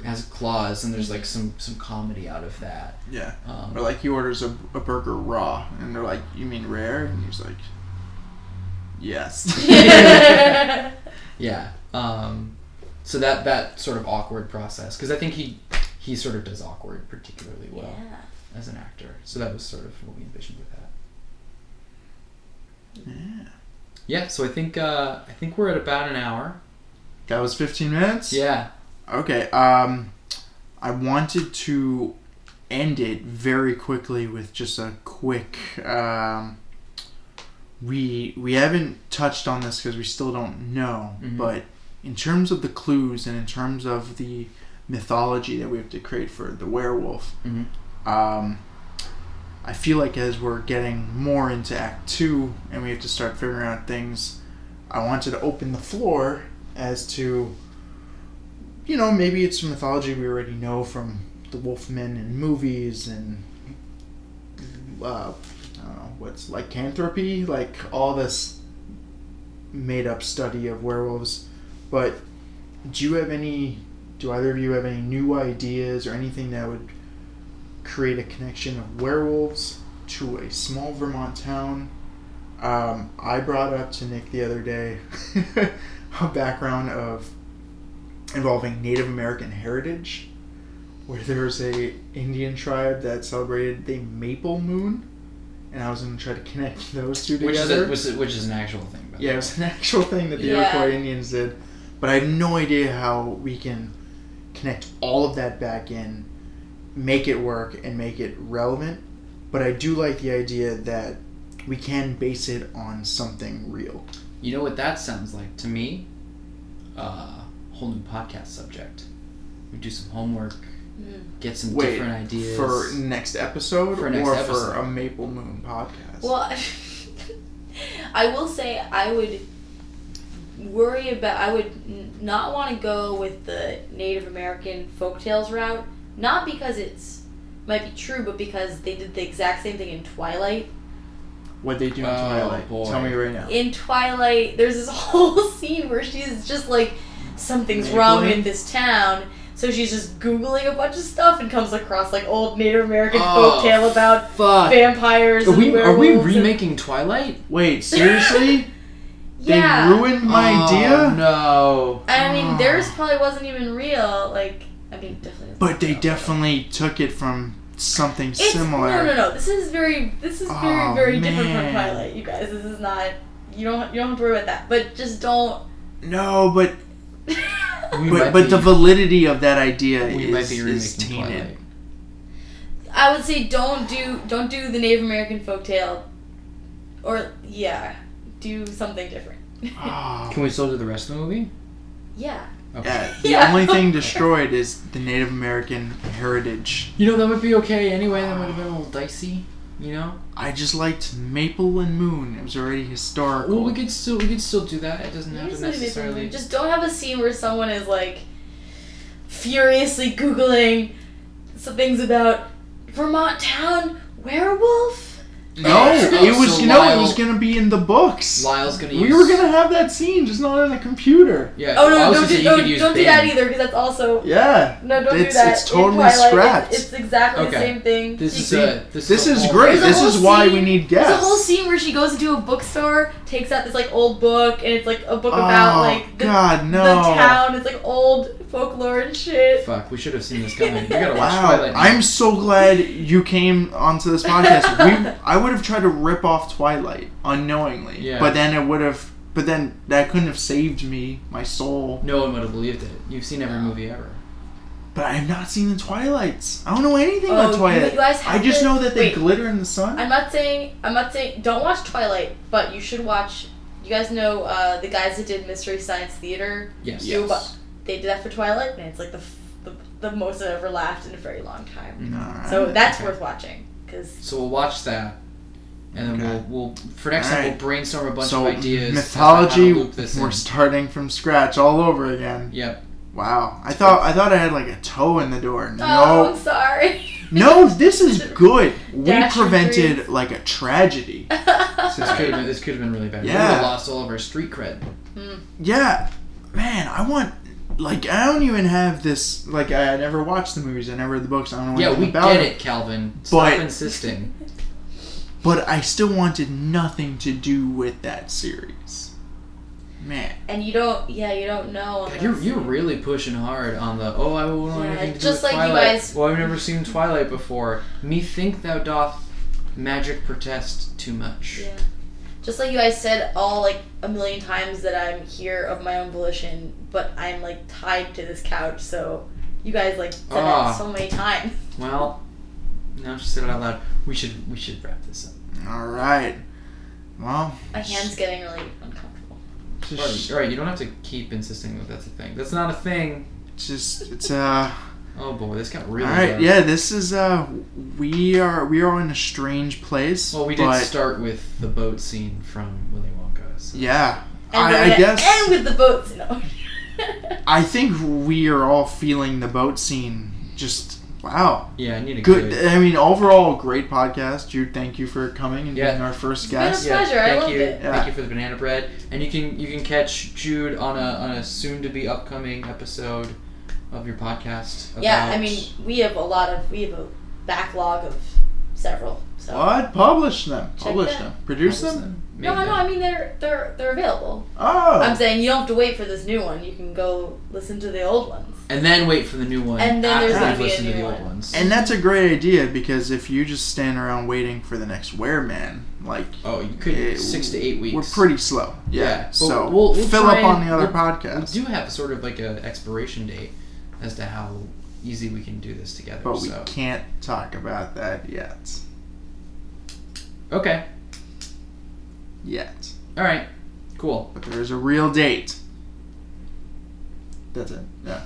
Speaker 2: has claws, and there's like some some comedy out of that.
Speaker 3: yeah.
Speaker 2: Um,
Speaker 3: Or like he orders a, a burger raw, and they're like, "You mean rare?" And he's like,
Speaker 4: [laughs]
Speaker 3: "Yes."
Speaker 2: Yeah. Um, so that that sort of awkward process, because I think he he sort of does awkward particularly well
Speaker 4: Yeah.
Speaker 2: as an actor. So that was sort of what we envisioned with that.
Speaker 3: yeah.
Speaker 2: Yeah. So I think uh, I think we're at about an hour.
Speaker 3: That was fifteen minutes.
Speaker 2: Yeah.
Speaker 3: Okay. Um, I wanted to end it very quickly with just a quick. Um, we we haven't touched on this because we still don't know,
Speaker 2: Mhm.
Speaker 3: but in terms of the clues and in terms of the mythology that we have to create for the werewolf,
Speaker 2: Mhm.
Speaker 3: um, I feel like as we're getting more into Act Two and we have to start figuring out things, I wanted to open the floor as to, you know, maybe it's mythology we already know from the Wolfmen and movies and, uh, I don't know, what's lycanthropy, like all this made up study of werewolves. But do you have any, do either of you have any new ideas or anything that would create a connection of werewolves to a small Vermont town. Um, I brought up to Nick the other day [laughs] a background of involving Native American heritage, where there was a Indian tribe that celebrated the maple moon, and I was going to try to connect [laughs] those two
Speaker 2: Which is
Speaker 3: together.
Speaker 2: a, which is which is an actual thing. by the
Speaker 3: Yeah, it
Speaker 2: way.
Speaker 3: was an [laughs] actual thing that the
Speaker 4: Yeah.
Speaker 3: Iroquois Indians did, but I have no idea how we can connect all of that back in, make it work, and make it relevant. But I do like the idea that we can base it on something real.
Speaker 2: You know what that sounds like to me? Uh, whole new podcast subject. We do some homework,
Speaker 4: Mm.
Speaker 2: get some
Speaker 3: Wait,
Speaker 2: different ideas. Oh,
Speaker 3: for next episode
Speaker 2: For next
Speaker 3: or
Speaker 2: episode.
Speaker 3: for a Maple Moon podcast.
Speaker 4: Well, [laughs] I will say I would worry about. I would n- not want to go with the Native American folktales route, not because it's might be true, but because they did the exact same thing in Twilight.
Speaker 3: what they do in
Speaker 2: Oh,
Speaker 3: Twilight?
Speaker 2: boy.
Speaker 3: Tell me right now.
Speaker 4: in Twilight, there's this [laughs] whole scene where she's just like, something's wrong in this town. So she's just googling a bunch of stuff and comes across like old Native American
Speaker 2: Oh,
Speaker 4: folktale about
Speaker 2: Fuck.
Speaker 4: vampires.
Speaker 2: Are
Speaker 4: and
Speaker 2: we are we
Speaker 4: werewolves and-
Speaker 2: remaking Twilight?
Speaker 3: Wait, seriously?
Speaker 4: [laughs] Yeah.
Speaker 3: They ruined my
Speaker 2: Oh,
Speaker 3: idea?
Speaker 2: No.
Speaker 4: I mean,
Speaker 3: Oh.
Speaker 4: theirs probably wasn't even real. Like, I mean, definitely.
Speaker 3: But they definitely took it from something
Speaker 4: it's,
Speaker 3: similar.
Speaker 4: No, no, no. This is very. This is very,
Speaker 3: Oh,
Speaker 4: very different
Speaker 3: man.
Speaker 4: from [laughs]
Speaker 3: Oh.
Speaker 2: Can we still do the rest of the movie?
Speaker 4: Yeah.
Speaker 2: Okay. [laughs]
Speaker 3: Yeah, the
Speaker 4: Yeah.
Speaker 3: only thing destroyed is the Native American heritage.
Speaker 2: You know, that would be okay anyway. That would have been a little dicey, you know?
Speaker 3: I just liked Maple and Moon. It was already historical.
Speaker 2: Well, we could still we could still do that. It doesn't have
Speaker 4: Maybe
Speaker 2: to
Speaker 4: it's not even
Speaker 2: necessarily.
Speaker 4: different. Just don't have a scene where someone is like furiously googling some things about Vermont town werewolf. [laughs]
Speaker 2: [laughs]
Speaker 3: no,
Speaker 2: Oh,
Speaker 3: it was
Speaker 2: so
Speaker 3: no,
Speaker 2: Lyle-
Speaker 3: it was gonna be in the books.
Speaker 2: Lyle's gonna use.
Speaker 3: we were gonna have that scene, just not on the computer.
Speaker 2: Yeah.
Speaker 4: Oh
Speaker 2: I
Speaker 4: no!
Speaker 2: was
Speaker 4: Don't
Speaker 2: gonna
Speaker 4: do,
Speaker 2: say you
Speaker 4: don't,
Speaker 2: could use
Speaker 4: don't do that
Speaker 2: Bing.
Speaker 4: either because that's also
Speaker 3: Yeah,
Speaker 4: no. Don't
Speaker 3: It's-
Speaker 4: do that.
Speaker 3: it's
Speaker 4: In
Speaker 3: totally
Speaker 4: Twilight, it's-
Speaker 3: scrapped.
Speaker 4: It's, exactly
Speaker 2: Okay.
Speaker 4: the same thing.
Speaker 2: This
Speaker 4: You
Speaker 2: is
Speaker 4: can-
Speaker 2: a. This,
Speaker 3: this
Speaker 2: a
Speaker 3: is
Speaker 2: whole-
Speaker 3: great.
Speaker 4: There's a
Speaker 3: This
Speaker 4: whole
Speaker 3: is why we
Speaker 4: scene-
Speaker 3: need
Speaker 4: There's a
Speaker 3: guests.
Speaker 4: whole scene where she goes into a bookstore, takes out this like old book, and it's like a book about
Speaker 3: oh
Speaker 4: like the,
Speaker 3: God, no!
Speaker 4: the town. It's like old folklore and shit.
Speaker 2: Fuck, we should have seen this coming. We gotta watch
Speaker 3: [laughs] Wow,
Speaker 2: Twilight. now.
Speaker 3: I'm so glad you came onto this podcast.
Speaker 2: [laughs]
Speaker 3: we, I would have tried to rip off Twilight unknowingly,
Speaker 2: Yeah.
Speaker 3: but then it would have, but then that couldn't have saved me, my soul.
Speaker 2: No one would have believed it. You've seen every movie ever.
Speaker 3: But I have not seen the Twilights. I don't know anything
Speaker 4: Oh,
Speaker 3: about
Speaker 4: you-
Speaker 3: Twilight.
Speaker 4: you guys
Speaker 3: I
Speaker 4: have
Speaker 3: just
Speaker 4: to-
Speaker 3: know that they
Speaker 4: wait.
Speaker 3: glitter in the sun.
Speaker 4: I'm not saying I'm not saying don't watch Twilight, but you should watch. You guys know uh, the guys that did Mystery Science Theater.
Speaker 2: Yes.
Speaker 4: You bu- they did that for Twilight, and it's like the f- the, the most I've ever laughed in a very long time.
Speaker 2: Mm-hmm.
Speaker 3: Alright.
Speaker 4: So that's
Speaker 2: okay.
Speaker 4: worth watching because
Speaker 2: So we'll watch that, and then
Speaker 3: Okay.
Speaker 2: we'll, we'll for next time
Speaker 3: Alright.
Speaker 2: we'll brainstorm a bunch
Speaker 3: so
Speaker 2: of ideas. as to how to
Speaker 3: mythology.
Speaker 2: loop this
Speaker 3: We're
Speaker 2: in.
Speaker 3: starting from scratch all over again.
Speaker 2: Yep.
Speaker 3: Wow, I thought I thought I had like a toe in the door. No,
Speaker 4: oh, I'm sorry.
Speaker 3: no, this is good. We
Speaker 4: Dash for
Speaker 3: prevented like a tragedy.
Speaker 2: This could have
Speaker 3: [laughs]
Speaker 2: been. This could have been really bad. We
Speaker 3: Yeah.
Speaker 2: would have lost all of our street cred.
Speaker 3: Yeah, man, I want like I don't even have this. Like I never watched the movies. I never read the books. I don't know
Speaker 2: Yeah,
Speaker 3: anything
Speaker 2: we
Speaker 3: about
Speaker 2: get it, Calvin. Stop
Speaker 3: But-
Speaker 2: insisting.
Speaker 3: But I still wanted nothing to do with that series. Man,
Speaker 4: [laughs] and you don't. Yeah, you don't know.
Speaker 2: God,
Speaker 4: unless-
Speaker 2: you're you're really pushing hard on the. Oh, I don't want
Speaker 4: Yeah,
Speaker 2: anything to do
Speaker 4: just
Speaker 2: with
Speaker 4: like you
Speaker 2: Twilight.
Speaker 4: guys-
Speaker 2: Well, I've never seen Twilight before. Me think thou doth magic protest too much.
Speaker 4: Yeah. Just like you guys said all like a million times that I'm here of my own volition, but I'm like tied to this couch, so you guys like said
Speaker 2: Ah.
Speaker 4: that so many times.
Speaker 2: Well, now she said it out loud. We should we should wrap this up.
Speaker 3: all right. Well,
Speaker 4: My hand's getting really uncomfortable.
Speaker 2: All right,
Speaker 3: just,
Speaker 2: all right, you don't have to keep insisting that that's a thing. That's not a thing.
Speaker 3: just it's uh.
Speaker 2: Oh boy, this got
Speaker 3: All
Speaker 2: [laughs] really.
Speaker 3: right,
Speaker 2: dark.
Speaker 3: yeah. This is uh. We are we are in a strange place.
Speaker 2: Well, we did
Speaker 3: but-
Speaker 2: start with the boat scene from Willy Wonka. So.
Speaker 3: Yeah,
Speaker 4: And
Speaker 3: I,
Speaker 4: we're
Speaker 3: I
Speaker 4: gonna
Speaker 3: guess.
Speaker 4: end with the boats. No.
Speaker 3: I think we are all feeling the boat scene. Just wow.
Speaker 2: Yeah, I need a good.
Speaker 3: Good. I mean, overall, great podcast. Jude, thank you for coming and
Speaker 2: Yeah.
Speaker 3: being our first
Speaker 4: It's been a
Speaker 3: guest.
Speaker 2: Yeah,
Speaker 4: Pleasure, I
Speaker 2: thank
Speaker 4: loved
Speaker 2: you,
Speaker 4: it.
Speaker 2: thank you for the banana bread, and you can you can catch Jude on a on a soon to be upcoming episode of your podcast. About,
Speaker 4: yeah, I mean we have a lot of we have a backlog of several. So
Speaker 3: What? Publish them.
Speaker 4: Check
Speaker 3: Publish
Speaker 4: that.
Speaker 3: them. Produce them.
Speaker 4: no, no, I mean they're they're they're available.
Speaker 3: Oh.
Speaker 4: I'm saying you don't have to wait for this new one. You can go listen to the old ones. [laughs]
Speaker 2: And then wait for the new one.
Speaker 4: And then
Speaker 2: after
Speaker 4: there's
Speaker 3: gonna
Speaker 2: you've
Speaker 4: be a
Speaker 2: listened to
Speaker 4: new
Speaker 2: the old
Speaker 4: one.
Speaker 2: ones.
Speaker 3: and that's a great idea because if you just stand around waiting for the next wear man, like
Speaker 2: oh, you could
Speaker 3: it-
Speaker 2: six to eight weeks.
Speaker 3: we're pretty slow. Yeah.
Speaker 2: Yeah, but
Speaker 3: so
Speaker 2: we'll- we'll
Speaker 3: fill
Speaker 2: try
Speaker 3: up on
Speaker 2: and-
Speaker 3: the other
Speaker 2: we'll- We
Speaker 3: podcast.
Speaker 2: do have sort of like a expiration date as to how easy we can do this together.
Speaker 3: but we
Speaker 2: so
Speaker 3: can't talk about that yet.
Speaker 2: okay,
Speaker 3: Yet.
Speaker 2: all right, cool.
Speaker 3: But there is a real date. That's it. Yeah.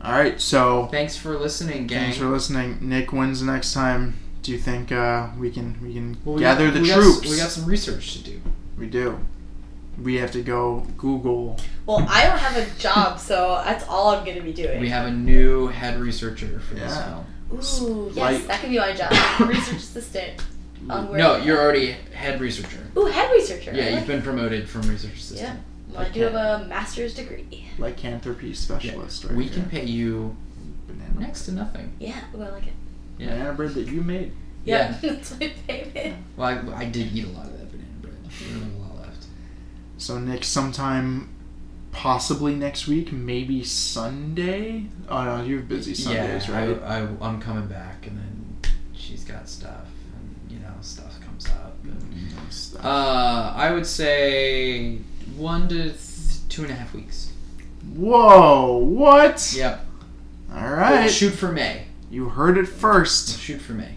Speaker 3: All right. So.
Speaker 2: Thanks for listening, gang.
Speaker 3: Thanks for listening. Nick, when's the next time do you think uh, we can we can
Speaker 2: Well, we
Speaker 3: gather
Speaker 2: got-
Speaker 3: the
Speaker 2: we got s-
Speaker 3: troops?
Speaker 2: we got some research to do.
Speaker 3: We do. We have to go Google.
Speaker 4: Well, I don't have a job, so that's all I'm gonna be doing.
Speaker 2: We have a new head researcher for this
Speaker 3: Yeah.
Speaker 2: film.
Speaker 4: Ooh, yes,
Speaker 3: Like-
Speaker 4: that could be
Speaker 2: [coughs]
Speaker 4: my job. research assistant. On where
Speaker 2: No, you're already head researcher.
Speaker 4: Ooh, head researcher. I
Speaker 2: Yeah,
Speaker 4: like
Speaker 2: you've been promoted from research assistant.
Speaker 4: Well, I do have a master's degree.
Speaker 3: Lycanthropy specialist. Right
Speaker 2: We
Speaker 3: here.
Speaker 2: can pay you
Speaker 3: banana,
Speaker 2: next to nothing.
Speaker 4: Yeah, ooh, I like it.
Speaker 2: Yeah.
Speaker 3: banana bread that you made.
Speaker 2: Yeah.
Speaker 4: [laughs] That's my
Speaker 2: [laughs]
Speaker 4: favorite. [laughs]
Speaker 2: Well, I, I did eat a lot of that banana bread. I don't have a lot left.
Speaker 3: So Nick, sometime, possibly next week, maybe Sunday. Oh no, you're busy Sundays,
Speaker 2: yeah,
Speaker 3: right?
Speaker 2: I, I, I'm coming back, and then she's got stuff, and you know, stuff comes up. and- uh, I would say one to th- two and a half weeks.
Speaker 3: Whoa! What?
Speaker 2: Yep.
Speaker 3: All right.
Speaker 2: Oh, Shoot for May.
Speaker 3: You heard it first.
Speaker 2: Shoot for May.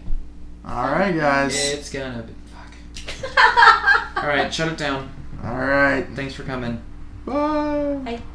Speaker 3: All right, guys.
Speaker 2: It's gonna be fuck. All right, shut it down.
Speaker 3: All right.
Speaker 2: Thanks for coming.
Speaker 3: Bye.
Speaker 4: I